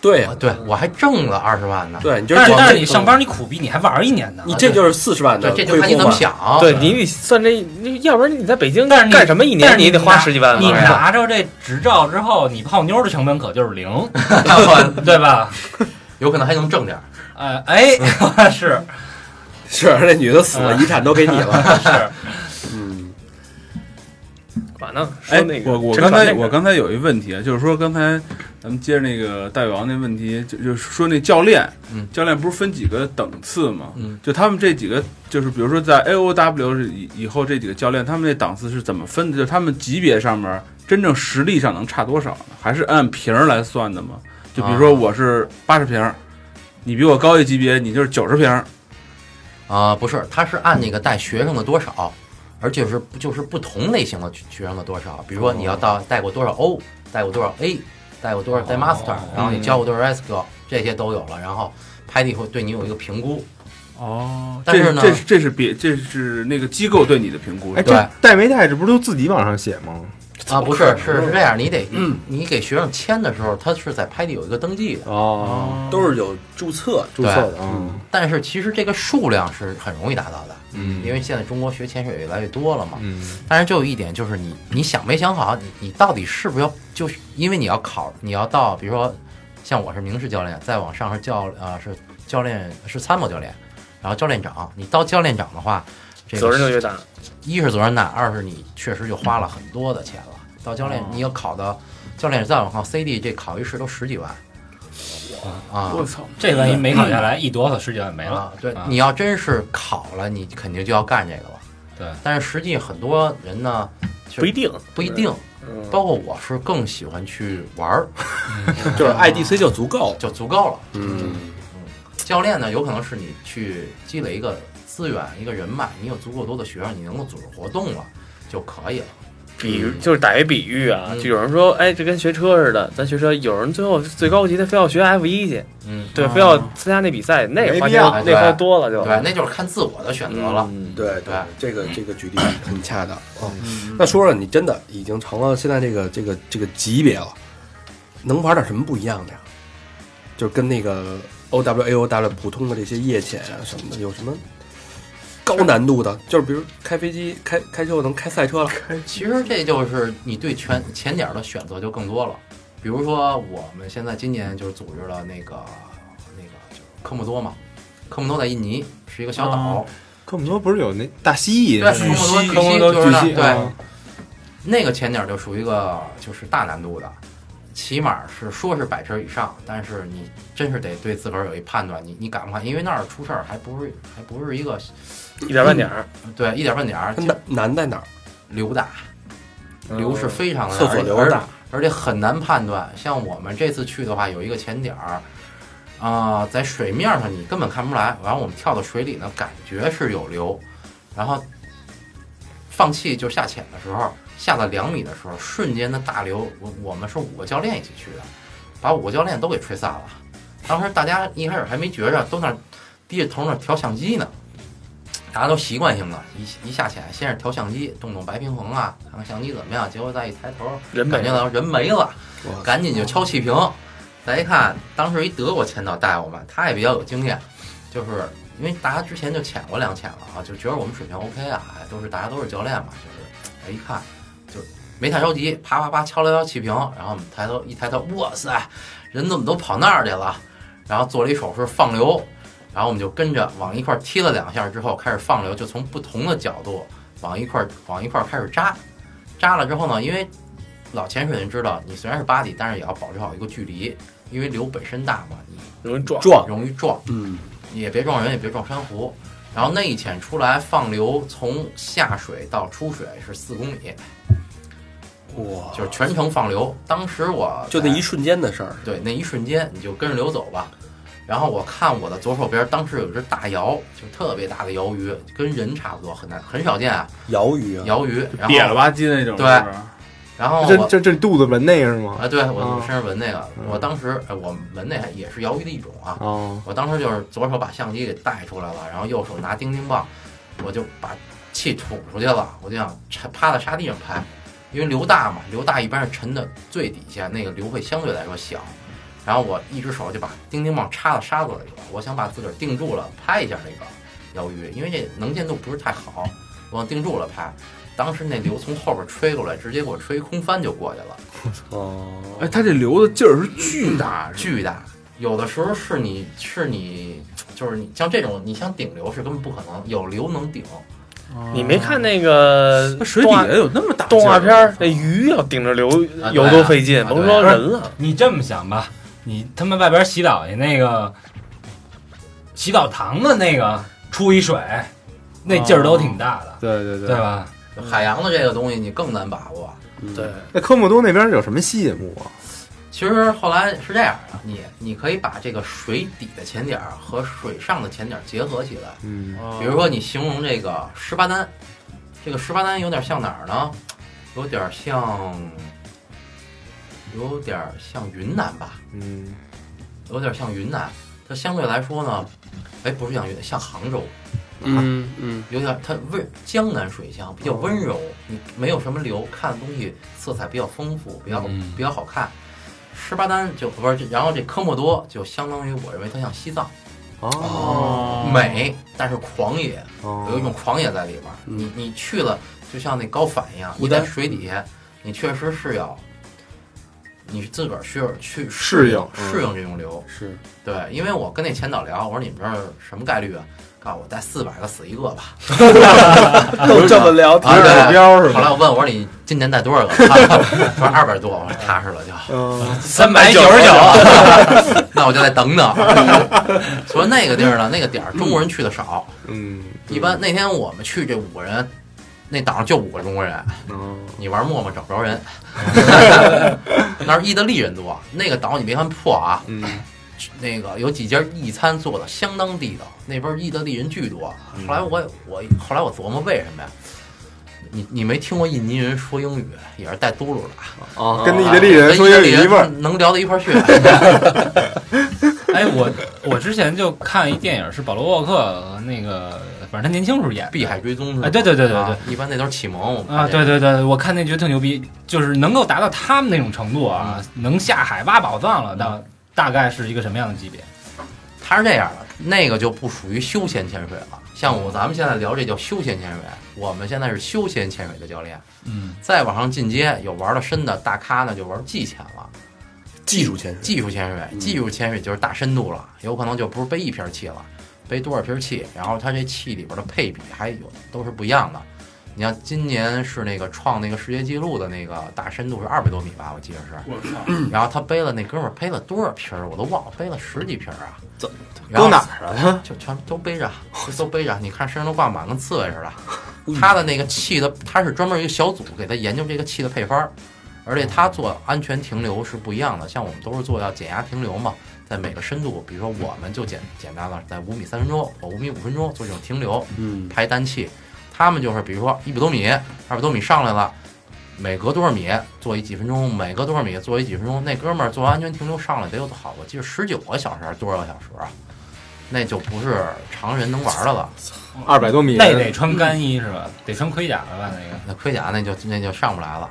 Speaker 2: 对呀
Speaker 4: 啊，对我还挣了二十万呢。
Speaker 2: 对，你就是
Speaker 6: 但是但是你
Speaker 2: 这
Speaker 6: 上，班你苦逼，你还玩一年呢
Speaker 2: 你。这就是四十万的亏
Speaker 4: 对，这
Speaker 2: 空
Speaker 4: 就看你怎么
Speaker 2: 吧。
Speaker 4: 想。
Speaker 3: 对你得算这，你要不然你在北京
Speaker 6: 啊但是你
Speaker 3: 干什么一
Speaker 6: 但
Speaker 3: 年，
Speaker 6: 是
Speaker 3: 也得花十几万
Speaker 6: 你
Speaker 3: 吧？是吧
Speaker 6: 拿着这执照之后，你泡妞的成本可就是 零，对吧？
Speaker 4: 有可能还能挣点儿。
Speaker 6: 呃，
Speaker 3: 嗯
Speaker 6: 哎， 是
Speaker 2: 是那女的死了，
Speaker 6: 嗯
Speaker 2: 遗产都给你 了。
Speaker 6: 是，
Speaker 2: 嗯，
Speaker 3: 管呢？说
Speaker 5: 哎
Speaker 3: 那，个
Speaker 5: 我我
Speaker 3: 陈
Speaker 5: 刚
Speaker 3: 传
Speaker 5: 才
Speaker 3: 那个
Speaker 5: 我刚才有一问题啊，就是说刚才咱们接着那个大胃王那问题，就就是说那教练，
Speaker 4: 嗯
Speaker 5: 教练不是分几个等次吗？
Speaker 4: 嗯，
Speaker 5: 就他们这几个，就是比如说在 A O W 是以以后这几个教练，他们那档次是怎么分的？就他们级别上面真正实力上能差多少呢？还是按瓶儿来算的吗？就比如
Speaker 4: 啊
Speaker 5: 说我是八十瓶儿，你比我高一级别，你就是九十瓶儿。
Speaker 4: 啊、不是，他是按那个带学生的多少，而且是就是不同类型的学生的多少，比如说你要到带过多少 O，带过多少 A，带过多少带 Master，、然后你教过多少 S 哥，这些都有了，然后拍地会对你有一个评估。
Speaker 5: 哦
Speaker 4: 但
Speaker 5: 这
Speaker 4: 是呢
Speaker 5: 这是这是别这是那个机构对你的评估。
Speaker 7: 哎，
Speaker 4: 对
Speaker 7: 这带没带，这不是都自己往上写吗？
Speaker 4: 啊，不是，是是这样，你得，你给学生签的时候，他是在拍地有一个登记的，嗯
Speaker 7: 哦，
Speaker 2: 都是有注册
Speaker 7: 注册的啊，
Speaker 4: 但是其实这个数量是很容易达到的，
Speaker 7: 嗯
Speaker 4: 因为现在中国学潜水越来越多了嘛，
Speaker 7: 嗯，
Speaker 4: 但是就有一点就是你你想没想好，你你到底是不是要就是因为你要考，你要到比如说像我是明示教练，再往上是教呃是教练是参谋教练，然后教练长，你到教练长的话，这个
Speaker 3: 责任就越大。
Speaker 4: 一是责任大，二是你确实就花了很多的钱了。到教练
Speaker 5: 哦
Speaker 4: 你要考到教练再往上 CD 这考一试都十几万，啊
Speaker 5: 我操！
Speaker 6: 这
Speaker 3: 嗯
Speaker 6: 万一没考下来，一哆嗦十几万没了。
Speaker 4: 啊，对
Speaker 6: 啊，
Speaker 4: 你要真是考了，你肯定就要干这个了。
Speaker 6: 对，
Speaker 4: 但是实际很多人呢
Speaker 3: 不一定，
Speaker 4: 不一定。
Speaker 3: 嗯，
Speaker 4: 包括我是更喜欢去玩儿，
Speaker 2: 就是 IDC 就足
Speaker 3: 哦
Speaker 2: 够了。
Speaker 4: 就足够了。
Speaker 2: 嗯，
Speaker 4: 教练呢，有可能是你去积累一个资源、一个人脉，你有足够多的学生，你能够组织活动了就可以了。
Speaker 3: 比喻就是打一比喻啊，
Speaker 4: 嗯
Speaker 3: 就有人说，哎，这跟学车似的，咱学车，有人最后最高级他非要学 F 一去，
Speaker 4: 嗯，
Speaker 3: 对，
Speaker 5: 哦
Speaker 3: 非要参加那比赛，那
Speaker 7: 没
Speaker 3: 花
Speaker 7: 必
Speaker 3: 钱
Speaker 7: 要
Speaker 3: 那花多了就
Speaker 4: 对，那就是看自我的选择了。
Speaker 3: 嗯
Speaker 2: 对
Speaker 4: 对，
Speaker 2: 这个这个举例很恰当啊。那说说你真的已经成了现在这个这个这个级别了，能玩点什么不一样的呀？就是跟那个 O W A O W 普通的这些夜潜啊什么的，有什么高难度的？就是比如开飞机、开开车能开赛车了，
Speaker 4: 其实这就是你对全前点儿的选择就更多了。比如说，我们现在今年就是组织了那个那个就是科莫多嘛，科莫多在印尼是一个小岛，
Speaker 7: 科普多不是有那大蜥蜴
Speaker 4: 对，
Speaker 7: 是
Speaker 5: 啊
Speaker 4: 科莫多
Speaker 7: 吗
Speaker 5: 西
Speaker 4: 巨
Speaker 5: 科莫
Speaker 4: 蜥
Speaker 5: 多
Speaker 4: 就是那
Speaker 5: 巨蜥
Speaker 4: 对
Speaker 6: 嗯
Speaker 7: 啊，
Speaker 4: 那个前点儿就属于一个就是大难度的，起码是说是百分以上，但是你真是得对自个儿有一判断，你你敢不敢？因为那儿出事儿还不是还不是一个
Speaker 3: 一点半点儿，
Speaker 4: 对一点半点儿
Speaker 2: 它，难难在哪儿？
Speaker 4: 流大，
Speaker 3: 嗯
Speaker 4: 流是非常的
Speaker 2: 呃厕所流
Speaker 4: 而且
Speaker 2: 大
Speaker 4: 而且很难判断。像我们这次去的话，有一个前点儿。啊、在水面上你根本看不出来，然后我们跳到水里呢，感觉是有流，然后放弃就下潜的时候，下到两米的时候，瞬间的大流，我我们是五个教练一起去的，把五个教练都给吹散了。当时大家一开始还没觉着，都那儿低着头那儿调相机呢，大家都习惯性的，一一下潜先是调相机，动动白平衡啊，看看相机怎么样。结果再一抬头，
Speaker 3: 人没
Speaker 4: 感觉
Speaker 3: 了，
Speaker 4: 到人没了
Speaker 2: 哇，
Speaker 4: 赶紧就敲气瓶。再一看，当时一德国前导带我们，他也比较有经验，就就是因为大家之前就潜过两潜了啊，就觉得我们水平 OK 啊，哎都是大家都是教练嘛，就是哎一看就没太着急，啪啪啪敲了敲气瓶，然后我们抬头一抬头，哇塞，人怎么都跑那儿去了？然后做了一手势放流，然后我们就跟着往一块儿踢了两下之后开始放流，就从不同的角度往一块儿往一块儿开始扎，扎了之后呢，因为老潜水人知道，你虽然是八底，但是也要保持好一个距离，因为流本身大嘛，你
Speaker 3: 容易撞。
Speaker 2: 撞，
Speaker 4: 容易撞，
Speaker 2: 嗯，
Speaker 4: 也别撞人，也别撞珊瑚。然后内潜出来放流，从下水到出水是四公里，
Speaker 2: 哇，
Speaker 4: 就是全程放流。当时我
Speaker 2: 啊就那
Speaker 4: 在
Speaker 2: 一瞬间的事儿，
Speaker 4: 对，那一瞬间你就跟着流走吧。然后我看我的左手边，当时有一只大鳐，就是特别大的鳐鱼，跟人差不多，很难很少见啊，
Speaker 2: 摇鱼啊，
Speaker 4: 鳐鱼。然
Speaker 5: 瘪了
Speaker 4: 后，
Speaker 5: 吧唧那种，
Speaker 4: 对
Speaker 5: 是不是
Speaker 4: 然后
Speaker 7: 这
Speaker 4: 我
Speaker 7: 这这肚子纹那个是吗？
Speaker 4: 啊，对我
Speaker 7: 嗯
Speaker 4: 我身上纹那个，
Speaker 7: 嗯
Speaker 4: 我当时哎我纹那还也是鳐鱼的一种啊。
Speaker 7: 哦，
Speaker 4: 我当时就是左手把相机给带出来了，然后右手拿钉钉棒，我就把气吐出去了，我就想沉趴在沙地上拍，因为流大嘛，流大一般是沉的最底下，那个流会相对来说小。然后我一只手就把钉钉棒插到沙子里了，我想把自个儿定住了，拍一下那个鳐鱼，因为这能见度不是太好，我定住了拍。当时那流从后边吹过来，直接给我吹空翻就过去了。
Speaker 2: 哦，
Speaker 5: 哎，他这流的劲儿是巨大，是吧
Speaker 4: 啊巨大。有的时候是你是你，就是你像这种，你想顶流是根本不可能，有流能顶。
Speaker 3: 你没看那个
Speaker 5: 那水底
Speaker 3: 动画
Speaker 5: 下有那么大
Speaker 3: 动画
Speaker 5: 劲
Speaker 3: 片
Speaker 5: 儿
Speaker 3: 儿，那鱼要顶着流游多费劲，
Speaker 4: 啊对啊
Speaker 3: 甭说人了。
Speaker 6: 你这么想吧，你他妈外边洗澡去那个洗澡堂子那个出一水，那劲儿都挺大的，
Speaker 7: 哦对对
Speaker 6: 对。吧？
Speaker 4: 海洋的这个东西你更难把握。
Speaker 3: 对，
Speaker 7: 嗯那科莫多那边有什么吸引物啊？
Speaker 4: 其实后来是这样的，你你可以把这个水底的潜点儿和水上的潜点儿结合起来。
Speaker 7: 嗯，
Speaker 3: 哦
Speaker 4: 比如说你形容这个十八单，这个十八单有点像哪儿呢？有点像，有点像云南吧？
Speaker 7: 嗯，
Speaker 4: 有点像云南。它相对来说呢，哎，不是像云南，像杭州。
Speaker 2: 嗯嗯，
Speaker 4: 有点它温江南水乡比较温柔，你没有什么流，看的东西色彩比较丰富，比较、
Speaker 6: 嗯
Speaker 4: 比较好看。十八单就不是，然后这科莫多就相当于我认为它像西藏，
Speaker 7: 哦，
Speaker 4: 美但是狂野，有一种
Speaker 7: 哦，
Speaker 4: 狂野在里边儿。
Speaker 2: 嗯
Speaker 4: 你你去了，就像那高反一样，你
Speaker 2: 丹
Speaker 4: 在水底下，你确实是要，你是自个儿需要去
Speaker 7: 适应嗯
Speaker 4: 适应这种流。
Speaker 2: 是，
Speaker 4: 对，因为我跟那前导聊，我说你们这儿什么概率啊？告诉我带四百个死一个吧。
Speaker 2: 都这么聊天
Speaker 4: 啊，
Speaker 2: 儿，
Speaker 4: 对。
Speaker 7: 标是
Speaker 4: 后来
Speaker 7: 吧？
Speaker 4: 我问我说你今年带多 少个？他说二百多，我说踏实了就，
Speaker 7: 嗯，
Speaker 6: 三百九 十九，
Speaker 4: 那我就再等等。所以那个地儿呢，那个点儿中国人去的少，
Speaker 7: 嗯，
Speaker 4: 一般那天我们去这五个人，那岛上就五个中国人，
Speaker 7: 嗯，
Speaker 4: 你玩陌陌找不 着人。那儿意大利人多，那个岛你别看破啊，
Speaker 7: 嗯，
Speaker 4: 那个有几家意餐做的相当地道，那边意大利人巨多。后来我我后来我琢磨为什么呀？你你没听过印尼人说英语，也是带 嘟噜的。
Speaker 3: 啊
Speaker 7: 哦，跟那意大利人说
Speaker 4: 啊跟意
Speaker 7: 英
Speaker 4: 大利
Speaker 7: 语一
Speaker 4: 人
Speaker 7: 味儿，
Speaker 4: 能聊到一块儿去。
Speaker 6: 哎，我我之前就看一电影，是保罗沃克和那个，反正他年轻时候演的《
Speaker 4: 碧海追踪是吧？
Speaker 6: 哎对对对对对
Speaker 4: 啊，一般那都是启蒙。我们
Speaker 6: 啊，
Speaker 4: 看这
Speaker 6: 对对对，我看那觉得特牛逼，就是能够达到他们那种程度啊，能下海挖宝藏了，大大概是一个什么样的级别？
Speaker 4: 它是这样的，那个就不属于休闲潜水了。像我咱们现在聊这叫休闲潜水，我们现在是休闲潜水的教练。
Speaker 6: 嗯，
Speaker 4: 再往上进阶，有玩的深的大咖呢，就玩技潜了。
Speaker 2: 技术潜水，
Speaker 4: 技术潜水，技术潜水就是大深度了，有可能就不是背一瓶气了，背多少瓶气，然后它这气里边的配比还有都是不一样的。你像今年是那个创那个世界纪录的那个大深度是二百多米吧，我记得是。
Speaker 5: 我操！
Speaker 7: 嗯
Speaker 4: 然后他背了那哥们儿背了多少瓶儿，我都忘了，背了十几瓶儿啊。
Speaker 2: 怎
Speaker 4: 然
Speaker 7: 搁
Speaker 4: 后
Speaker 7: 哪儿啊？
Speaker 4: 就全都背着，都背着。你看身上都挂满跟刺猬似的。
Speaker 7: 嗯
Speaker 4: 他的那个气的，他是专门有一个小组给他研究这个气的配方儿，而且他做安全停留是不一样的。像我们都是做要减压停留嘛，在每个深度，比如说我们就简简单了，在五米三分钟或五米五分钟做这种停留，
Speaker 2: 嗯，
Speaker 4: 排单气。他们就是比如说一百多米、二百多米上来了，每隔多少米做一几分钟，每隔多少米做一几分钟。那哥们儿做完安全停留上来得有好，我记得十九个小时还是多少个小时啊？那就不是常人能玩的了。
Speaker 7: 二百多米，
Speaker 6: 那得穿干衣是吧？得穿盔甲了吧？那个
Speaker 4: 那盔甲那就那就上不来了。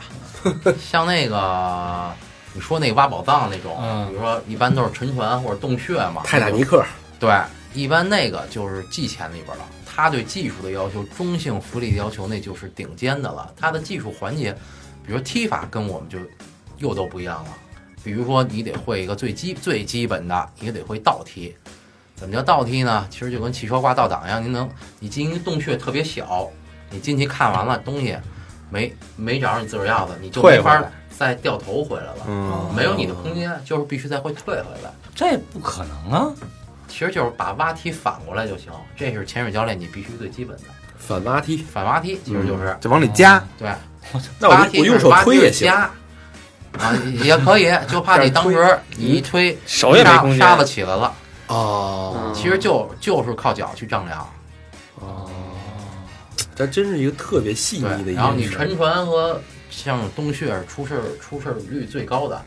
Speaker 4: 像那个你说那挖宝藏那种，
Speaker 6: 嗯
Speaker 4: 比如说一般都是沉船或者洞穴嘛，
Speaker 2: 泰坦尼克，
Speaker 4: 对，一般那个就是技潜里边了，他对技术的要求、中性浮力的要求，那就是顶尖的了。他的技术环节，比如踢法跟我们就又都不一样了。比如说，你得会一个最基最基本的，你得会倒踢。怎么叫倒踢呢？其实就跟汽车挂倒档一样，您能你进一个洞穴特别小，你进去看完了东西没没找着你自个儿要的，你就
Speaker 7: 退
Speaker 4: 没
Speaker 7: 回
Speaker 4: 法
Speaker 7: 来
Speaker 4: 再掉头回来了，
Speaker 7: 嗯，
Speaker 4: 没有你的空间，就是必须再会退回来。
Speaker 6: 这不可能啊！
Speaker 4: 其实就是把蛙踢反过来就行，这是潜水教练你必须最基本的
Speaker 2: 反蛙踢，
Speaker 4: 反蛙踢，其实就是、
Speaker 7: 嗯就往里加，
Speaker 4: 对。
Speaker 2: 嗯那
Speaker 4: 蛙
Speaker 2: 我
Speaker 4: 踢
Speaker 2: 我用
Speaker 4: 是
Speaker 2: 手
Speaker 4: 蛙
Speaker 2: 推
Speaker 4: 踢
Speaker 2: 也
Speaker 4: 是
Speaker 2: 行
Speaker 4: 夹。啊，也可以，就怕你当时你一推，
Speaker 3: 手也没
Speaker 4: 沙
Speaker 3: 空间
Speaker 4: 沙子起来了。
Speaker 7: 嗯
Speaker 2: 哦，
Speaker 4: 其实就就是靠脚去丈量，
Speaker 2: 这真是一个特别细腻的
Speaker 4: 对。
Speaker 2: 一
Speaker 4: 然后
Speaker 2: 件
Speaker 4: 你
Speaker 2: 事
Speaker 4: 沉
Speaker 2: 儿。
Speaker 4: 船和像东旭是出事出事率最高的，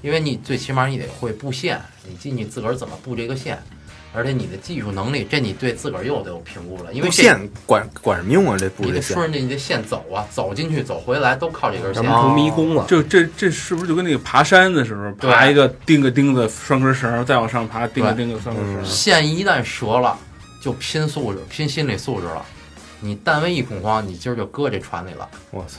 Speaker 4: 因为你最起码你得会布线，你进去自个儿怎么布这个线，而且你的技术能力，这你对自个儿又得有评估了，因为这
Speaker 7: 线管管什么用啊？这布
Speaker 4: 你
Speaker 7: 这
Speaker 4: 得
Speaker 7: 线，
Speaker 4: 顺着你的线走啊，走进去走回来都靠这根线
Speaker 2: 咱。们
Speaker 7: 哦
Speaker 2: 成迷宫了，
Speaker 5: 就这这是不是就跟那个爬山的时候，
Speaker 4: 对
Speaker 5: 爬一个钉个钉子，拴根绳儿，再往上爬钉个钉子，拴根绳儿？
Speaker 4: 线一旦折了，就拼素质，拼心理素质了。你但凡一恐慌，你今儿就搁这船里了。
Speaker 7: 我操！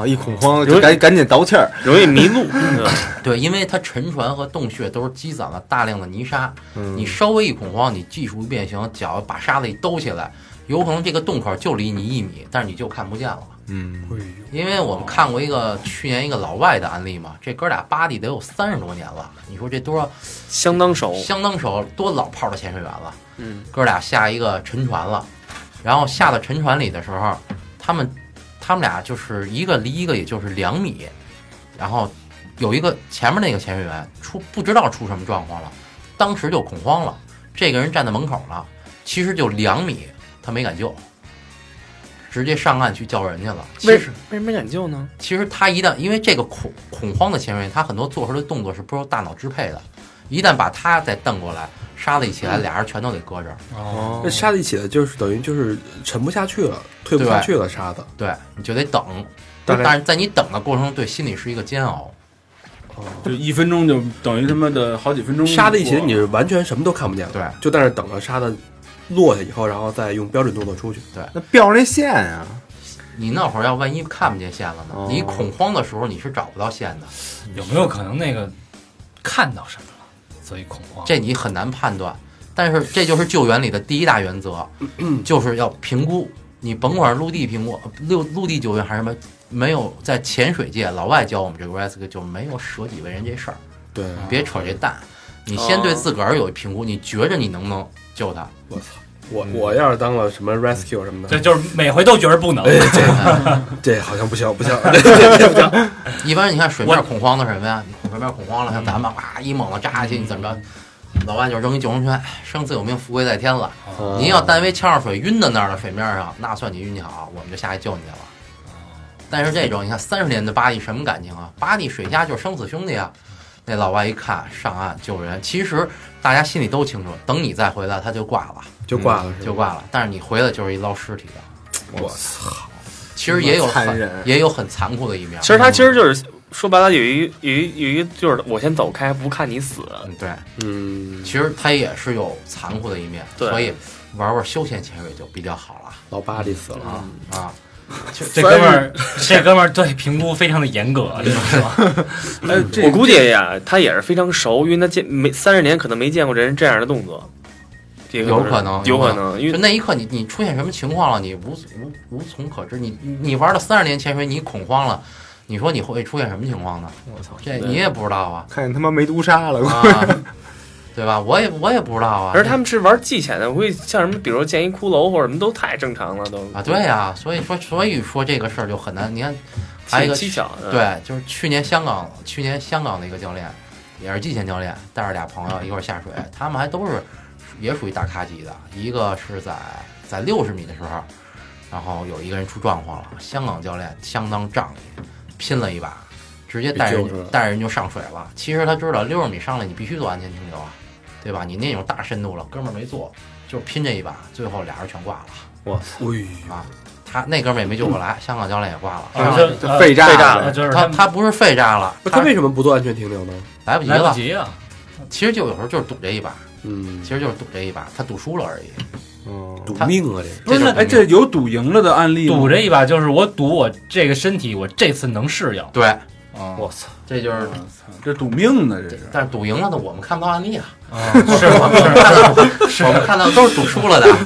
Speaker 7: 啊，一恐慌就赶赶紧倒气儿，
Speaker 3: 容易迷路，对吧
Speaker 4: 对，因为它沉船和洞穴都是积攒了大量的泥沙，
Speaker 7: 嗯
Speaker 4: 你稍微一恐慌，你技术一变形，脚把沙子一兜起来，有可能这个洞口就离你一米，但是你就看不见了。
Speaker 7: 嗯，
Speaker 4: 因为我们看过一个去年一个老外的案例嘛，这哥俩巴蒂得有三十多年了，你说这多少
Speaker 3: 相当熟。
Speaker 4: 相当熟，多老炮儿的潜水员了。
Speaker 3: 嗯，
Speaker 4: 哥俩下一个沉船了，然后下到沉船里的时候，他们他们俩就是一个离一个也就是两米，然后有一个前面那个潜水员出不知道出什么状况了，当时就恐慌了，这个人站在门口了，其实就两米，他没敢救。直接上岸去叫人去了。其
Speaker 3: 为
Speaker 4: 实，
Speaker 3: 为什么没敢救呢？
Speaker 4: 其实他一旦因为这个恐恐慌的潜水员，他很多做出来的动作是不受大脑支配的，一旦把他再瞪过来，沙子一起来，俩人全都得搁这儿。
Speaker 6: 哦
Speaker 2: 那沙子一起来就是等于就是沉不下去了，退不下去了，沙子。
Speaker 4: 对，你就得等。
Speaker 7: 大概
Speaker 4: 但是在你等的过程中，对心里是一个煎熬。
Speaker 5: 就一分钟就等于他妈的好几分钟。
Speaker 2: 沙子一起来你是完全什么都看不见了，
Speaker 4: 对，
Speaker 2: 就在那儿等着沙子落下以后，然后再用标准动作出去。
Speaker 7: 那吊着那线啊，
Speaker 4: 你那会儿要万一看不见线了呢？
Speaker 7: 哦
Speaker 4: 你恐慌的时候你是找不到线的，
Speaker 6: 有没有可能那个看到什么了，所以恐慌？
Speaker 4: 这你很难判断。但是这就是救援里的第一大原则，就是要评估。你甭管是陆地评估、陆陆地救援还是什么，没有在潜水界，老外教我们这个 rescue 就没有舍己为人这事儿。
Speaker 2: 对，
Speaker 4: 你别扯这蛋，你先对自个儿有一评估，你觉着你能不能救他？
Speaker 2: 我
Speaker 7: 嗯
Speaker 2: 我要是当了什么 rescue 什么
Speaker 6: 这
Speaker 2: 的，哎
Speaker 6: 就是每回都觉得不能。
Speaker 2: 这好像不行不 行。
Speaker 4: 一般你看水面恐慌的是什么呀？你水面恐慌了，像咱们哇一猛子扎下去，你怎么着？老外就扔一救生圈，生死有命，富贵在天了。哦
Speaker 2: 嗯
Speaker 4: 您要但为呛上水晕到那儿了，水面上那算你运气好，我们就下去救你去了。但是这种你看三十年的巴蒂什么感情啊？巴蒂水下就是生死兄弟啊。那老外一看上岸救人，其实大家心里都清楚，等你再回来他就挂了，
Speaker 2: 就挂了，
Speaker 4: 嗯就挂了。但是你回来就是一捞尸体的，
Speaker 2: 我操！
Speaker 4: 其实也有
Speaker 7: 残
Speaker 4: 很
Speaker 7: 忍
Speaker 4: 也有很残酷的一面。
Speaker 3: 其实他其实就是说白了，有一有一有一个就是我先走开，不看你死。
Speaker 4: 嗯对。
Speaker 2: 嗯，
Speaker 4: 其实它也是有残酷的一面，
Speaker 3: 对
Speaker 4: 所以玩玩休闲潜水就比较好了
Speaker 2: 老巴里死
Speaker 3: 嗯
Speaker 2: 了，
Speaker 4: 啊啊！
Speaker 6: 这哥们儿，这哥们儿对评估非常的严格，这种 说
Speaker 5: 哎，这
Speaker 3: 我估计呀，他也是非常熟，因为他见没三十年可能没见过人这样的动作，这个
Speaker 4: 有可能
Speaker 3: 有
Speaker 4: 有可
Speaker 3: 能，因
Speaker 4: 就
Speaker 3: 为
Speaker 4: 那一刻你，你出现什么情况了，你无无无从可知。你你你玩了三十年潜水，你恐慌了，你说你会出现什么情况呢？
Speaker 7: 我操，
Speaker 4: 这
Speaker 3: 对
Speaker 4: 你也不知道啊
Speaker 7: 看见他妈梅毒鲨了，
Speaker 4: 啊，对吧？我也我也不知道啊。
Speaker 3: 而他们是玩技潜的，我估计像什么，比如建一骷髅或者什么都太正常了，都
Speaker 4: 啊，对呀、所以说所以说这个事儿就很难。你看，还有一
Speaker 3: 挺蹊
Speaker 4: 个
Speaker 3: 跷
Speaker 2: 嗯
Speaker 3: 的。，
Speaker 4: 对，就是去年香港，去年香港的一个教练，也是季前教练，带着俩朋友一块儿下水，他们还都是也属于大咖级的，一个是在在六十米的时候，然后有一个人出状况了，香港教练相当仗义，拼了一把，直接带
Speaker 2: 给
Speaker 4: 人
Speaker 2: 救出来
Speaker 4: 带着人就上水了。其实他知道六十米上来你必须做安全停留啊，对吧？你那种大深度了，哥们儿没做，就是拼这一把，最后俩人全挂了
Speaker 2: 哎呦，
Speaker 4: 啊。他那哥们儿也没救过来，香港教练也挂了。
Speaker 6: 啊就
Speaker 7: 就废炸
Speaker 6: 啊
Speaker 7: 了，
Speaker 6: 就是
Speaker 4: 他
Speaker 6: 们
Speaker 4: 他不是废炸了，
Speaker 2: 那他为什么不做安全停留呢？
Speaker 4: 来不及
Speaker 6: 来不
Speaker 4: 了。
Speaker 6: 及啊，
Speaker 4: 其实就有时候就是赌这一把，
Speaker 2: 嗯
Speaker 4: 其，实就是赌这一把，他赌输了而已。
Speaker 7: 嗯，
Speaker 2: 赌命啊，这是
Speaker 5: 不是，
Speaker 4: 这
Speaker 5: 那
Speaker 4: 种
Speaker 5: 哎，这有赌赢了的案例吗？
Speaker 6: 赌这一把就是我赌我这个身体，我这次能适应。
Speaker 4: 对，
Speaker 2: 哦
Speaker 6: 我操，
Speaker 4: 嗯这就是，
Speaker 5: 这赌命呢，这是。
Speaker 4: 但是赌赢了的我们看不到案例啊，
Speaker 6: 是吗？
Speaker 4: 我们看到我们看到都是赌输了的， 啊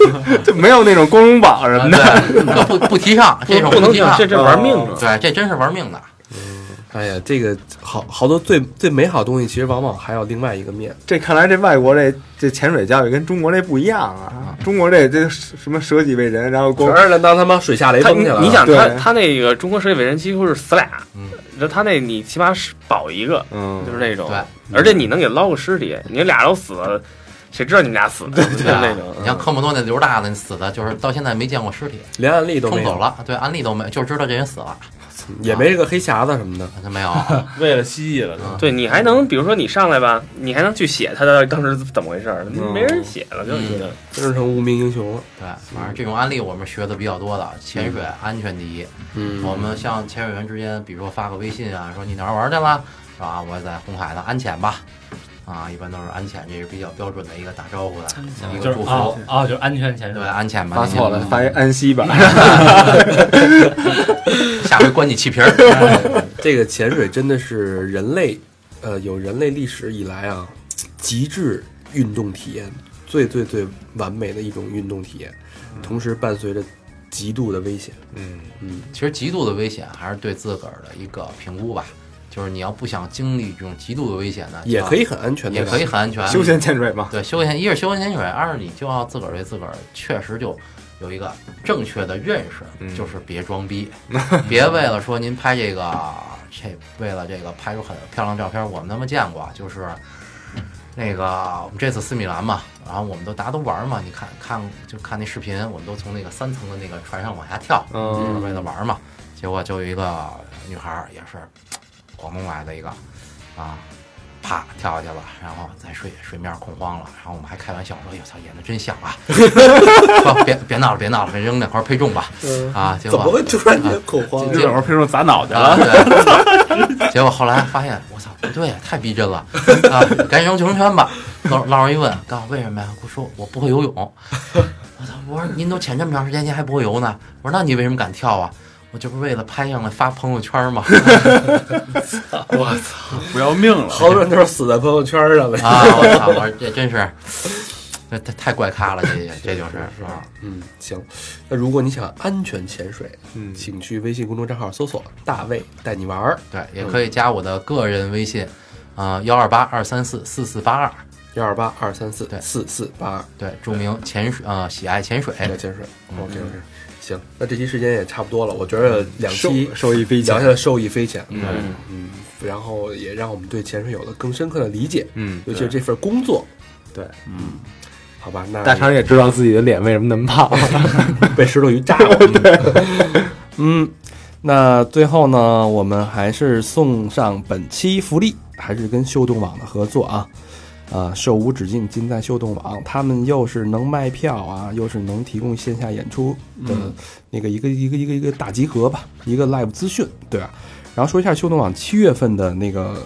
Speaker 7: 就没有那种光荣榜什么的。
Speaker 4: 对，不不提倡，这种
Speaker 3: 不能
Speaker 4: 提倡
Speaker 3: 讲，，这这玩命的。
Speaker 4: 对，这真是玩命的。
Speaker 2: 哎呀，这个好好多最最美好的东西，其实往往还有另外一个面。
Speaker 7: 这看来这外国这这潜水教育跟中国这不一样啊！中国这这什么舍己为人，然后光
Speaker 2: 全是当他妈水下雷
Speaker 3: 他
Speaker 2: 崩
Speaker 3: 你
Speaker 2: 去了啊。
Speaker 3: 你想
Speaker 7: 对
Speaker 3: 他他那个中国世界伟人几乎是死俩，
Speaker 4: 嗯
Speaker 3: 那他那你起码是保一个，
Speaker 7: 嗯
Speaker 3: 就是那种
Speaker 4: 对，
Speaker 3: 而且你能给捞个尸体，你俩都死了，谁知道你们俩死的？就是
Speaker 4: 啊
Speaker 3: 那种，
Speaker 4: 你像科莫多那刘大的那死的，就是到现在没见过尸体，
Speaker 2: 连案例都
Speaker 4: 冲
Speaker 2: 没
Speaker 4: 走
Speaker 2: 有，
Speaker 4: 了，对，案例都没，就知道这人死了，
Speaker 2: 也没这个黑匣子什么的。
Speaker 4: 他没 有。
Speaker 5: 为了蜥蜴了，
Speaker 4: 嗯
Speaker 3: 对你还能，比如说你上来吧，你还能去写他的当时怎么回事儿，
Speaker 7: 嗯
Speaker 3: 没人写了，就觉得
Speaker 2: 真是成无名英雄了。啊
Speaker 4: 对，反正这种案例我们学的比较多的，潜水安全第一。
Speaker 2: 嗯
Speaker 4: 我们像潜水员之间，比如说发个微信啊，说你哪儿玩去了，是吧？我在红海呢，安检吧。啊，一般都是安检，这是比较标准的一个打招呼的一
Speaker 6: 就
Speaker 4: 个
Speaker 6: 是
Speaker 4: 祝
Speaker 6: 啊
Speaker 4: 福。
Speaker 6: 啊，就是安全潜
Speaker 4: 对，
Speaker 6: 水。
Speaker 4: 安检吧，
Speaker 7: 发错了，发一安息吧。
Speaker 4: 您下回关你气瓶儿。
Speaker 2: 这个潜水真的是人类，呃，有人类历史以来啊，极致运动体验，最最最完美的一种运动体验，同时伴随着极度的危险。
Speaker 7: 嗯，
Speaker 4: 其实极度的危险还是对自个儿的一个评估吧，就是你要不想经历这种极度的危险呢，
Speaker 2: 也
Speaker 4: 就要
Speaker 2: 可以很安全的，
Speaker 4: 也可以很安全。
Speaker 7: 休闲潜水嘛，
Speaker 4: 对休闲，一是休闲潜水，二是你就要自个儿对自个儿确实就有一个正确的认识，
Speaker 7: 嗯
Speaker 4: 就是别装逼，别为了说您拍这个这为了这个拍出很漂亮照片，我们他妈见过，就是那个我们这次斯米兰嘛，然后我们都大家都玩嘛，你看看就看那视频，我们都从那个三层的那个船上往下跳，
Speaker 7: 嗯
Speaker 4: 就是为了玩嘛，结果就有一个女孩儿也是广东来的一个啊。啪跳下去了，然后在水水面恐慌了，然后我们还开玩笑说：“哎哟操，演的真像啊！”说别别闹了，别闹了，别扔那块儿配重吧。啊，结
Speaker 2: 怎么
Speaker 4: 果
Speaker 2: 会突然
Speaker 7: 嗯
Speaker 2: 间恐慌
Speaker 4: 啊
Speaker 2: 呢？
Speaker 4: 这
Speaker 5: 这老头平时砸脑袋了，
Speaker 4: 啊，对 结果后来发现，我操，不对呀，太逼真了啊！赶紧扔救生圈吧。老老人一问，告诉我为什么呀？我说我不会游泳。 我操！我说您都潜这么长时间，您还不会游呢？我说那你为什么敢跳啊？我这不是为了拍上来发朋友圈吗？
Speaker 5: 不要命 了。
Speaker 2: 好多人都是死在朋友圈上了。
Speaker 4: 啊！我操！我说这真是，这太太怪咖了，这这就是啊。
Speaker 2: 嗯，行。那如果你想安全潜水，
Speaker 7: 嗯
Speaker 2: 请去微信公众账号搜索“大卫带你玩儿
Speaker 4: 对，也可以加我的个人微信，啊、幺二八二三四四四八二。”，
Speaker 2: 幺二八二三四
Speaker 4: 对
Speaker 2: 四四八二。
Speaker 4: 对，注明潜水，呃，喜爱潜水。
Speaker 2: 要潜水。OK OK，行，那这期时间也差不多了，我觉得两期
Speaker 7: 收收益飞
Speaker 2: 聊下
Speaker 7: 钱。
Speaker 2: 来受益匪浅，
Speaker 4: 嗯
Speaker 2: 嗯，然后也让我们对潜水有了更深刻的理解，
Speaker 7: 嗯，
Speaker 2: 尤其是这份工作。
Speaker 7: 对，
Speaker 5: 嗯，
Speaker 2: 好吧，那
Speaker 7: 大肠也知道自己的脸为什么那么 胖了。
Speaker 2: 被石头鱼扎了。嗯，那最后呢，我们还是送上本期福利，还是跟秀动网的合作啊。啊，售无止境，尽在秀动网。他们又是能卖票啊，又是能提供线下演出的
Speaker 5: 嗯
Speaker 2: 那个一个一个一个一个大集合吧，一个 live 资讯，对吧、然后说一下秀动网七月份的那个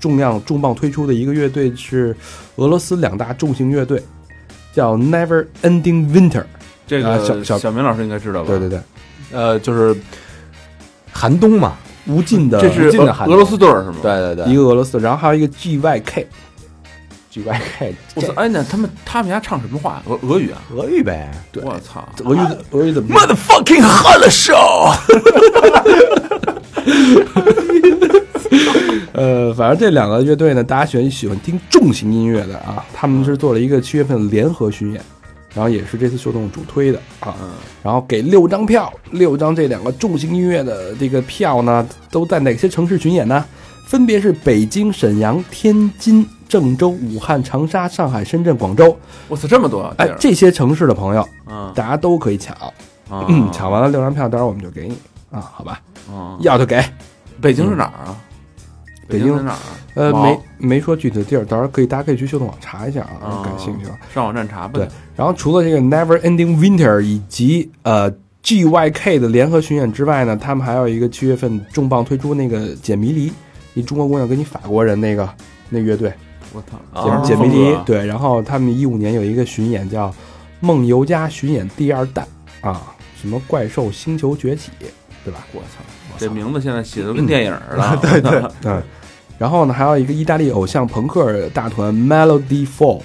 Speaker 2: 重量重磅推出的一个乐队是俄罗斯两大重型乐队，叫 Never Ending Winter。
Speaker 5: 这
Speaker 2: 啊
Speaker 5: 个
Speaker 2: 小小
Speaker 5: 小明老师应该知道吧？
Speaker 2: 对对对，
Speaker 7: 呃，就是寒冬嘛，
Speaker 2: 无尽的
Speaker 5: 这是
Speaker 7: 进的韩
Speaker 5: 俄俄罗斯队儿是吗？，
Speaker 7: 对对
Speaker 2: 一个俄罗斯，然后还有一个 G Y K，
Speaker 7: ，G Y K
Speaker 5: 我操！哎，那他们他们家唱什么话？俄俄语啊？
Speaker 7: 俄语呗，啊
Speaker 2: 对
Speaker 5: 我操！
Speaker 2: 俄语俄语怎么念？
Speaker 5: motherfucking hot show，
Speaker 2: 呃，反正这两个乐队呢，大家喜欢喜欢听重型音乐的啊，他们是做了一个七月份联合巡演，然后也是这次秀动主推的啊，
Speaker 7: 嗯
Speaker 2: 然后给六张票，六张这两个重型音乐的这个票呢，都在哪些城市巡演呢？分别是北京、沈阳、天津、郑州、武汉、长沙、上海、深圳、广州，
Speaker 5: 我操，这么多地
Speaker 2: 哎
Speaker 5: 儿！，
Speaker 2: 这些城市的朋友，
Speaker 5: 嗯
Speaker 2: 大家都可以抢，
Speaker 5: 嗯，
Speaker 2: 抢完了六张票，到时候我们就给你啊，好吧，
Speaker 5: 嗯，
Speaker 2: 要就给，
Speaker 5: 北京是哪儿啊？
Speaker 2: 嗯北京
Speaker 5: 京是哪儿啊？
Speaker 2: 呃，
Speaker 5: 毛
Speaker 2: 没没说具体的地儿，到时候可以大家可以去秀动网查一下啊，
Speaker 5: 哦
Speaker 2: 感兴趣的。
Speaker 5: 上网站查吧。
Speaker 2: 对，然后除了这个 Never Ending Winter 以及呃 GYK 的联合巡演之外呢，他们还有一个七月份重磅推出那个解迷离，一中国姑娘跟你法国人那个那乐队，
Speaker 7: 我操，
Speaker 3: 啊
Speaker 5: 哦
Speaker 7: 啊
Speaker 2: 解解谜第一
Speaker 7: 风格，
Speaker 2: 对。然后他们一五年有一个巡演叫《梦游家巡演第二弹》啊，什么怪兽星球崛起，对吧？我操，嗯
Speaker 5: 这名字现在写的跟电影儿了。
Speaker 2: 对。然后呢，还有一个意大利偶像朋克大团 Melody Four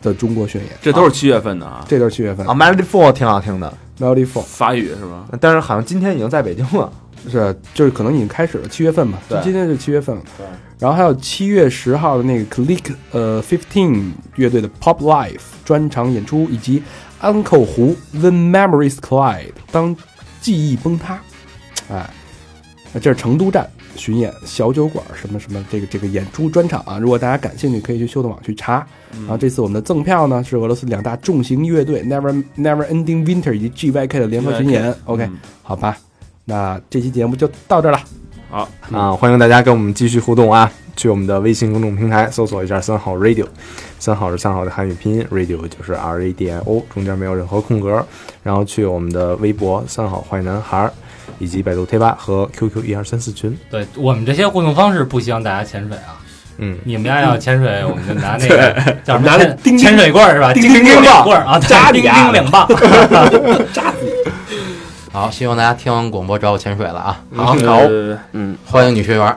Speaker 2: 的中国巡演，
Speaker 5: 这都是七月份的啊，
Speaker 2: 这就是七月份。
Speaker 7: ，Melody Four 挺好听的，
Speaker 2: Melody Four
Speaker 5: 法语是吧？
Speaker 7: 但是好像今天已经在北京了。
Speaker 2: 是就是可能已经开始了，七月份嘛，就
Speaker 7: 对
Speaker 2: 今天是七月份了。对。然后还有七月十号的那个 Click 呃 Fifteen 乐队的 Pop Life 专场演出，以及 Uncle 胡 The Memories Collide 当记忆崩塌，哎，这是成都站巡演小酒馆什么什么这个这个演出专场啊，如果大家感兴趣，可以去秀动网去查。然后这次我们的赠票呢是俄罗斯两大重型乐队 Never Never Ending Winter 以及 GYK 的联合巡演。OK，、
Speaker 5: 嗯
Speaker 2: 好吧，那这期节目就到这儿了。
Speaker 5: 好，
Speaker 7: 啊，欢迎大家跟我们继续互动啊！去我们的微信公众平台搜索一下“三好 radio”，三好是三好的汉语拼音，radio 就是 R A D I O，中间没有任何空格。然后去我们的微博“三好坏男孩”，以及百度贴吧和 QQ 一二三四群。
Speaker 6: 对我们这些互动方式不希望大家潜水啊！
Speaker 7: 嗯，
Speaker 6: 你们家要潜水，我们就拿那个叫什么
Speaker 2: 拿那
Speaker 6: 潜
Speaker 2: 钉钉
Speaker 6: 潜水棍儿是吧？
Speaker 2: 钉钉
Speaker 6: 钉
Speaker 2: 棍儿
Speaker 6: 两棍儿啊，扎钉钉两棒。
Speaker 4: 好，希望大家听完广播找我潜水了啊！
Speaker 7: 好，
Speaker 5: 呃
Speaker 3: 嗯，
Speaker 4: 欢迎女学员儿，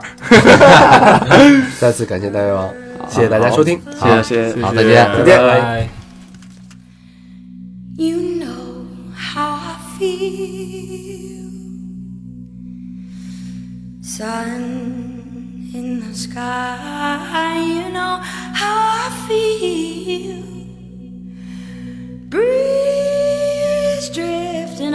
Speaker 2: 再次感谢大家，哦谢谢大家收听。
Speaker 3: 谢谢谢谢，
Speaker 4: 好，再见。
Speaker 7: 再见。
Speaker 6: 拜。
Speaker 8: You know how I feel. Sun in the sky, you know how I feel. Breeze drifting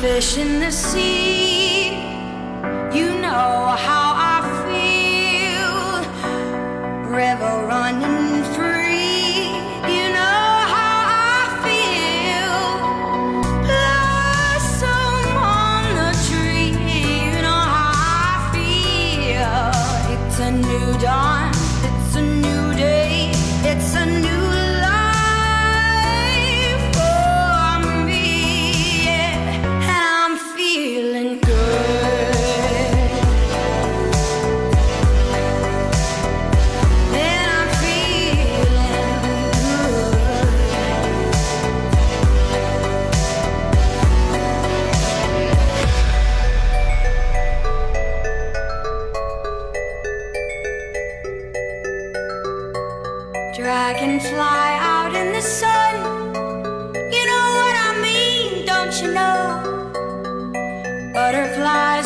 Speaker 8: fish in the sea. You know how I feel. River running free. You know how I feel. Blossom on the tree. You know how I feel. It's a new dawn. It's a new day. It's a new life for me. Yeah. And I'm feeling good. And I'm feeling good. Dragonfly out in the sun. You know what I mean, don't you know? Butterflies Oh,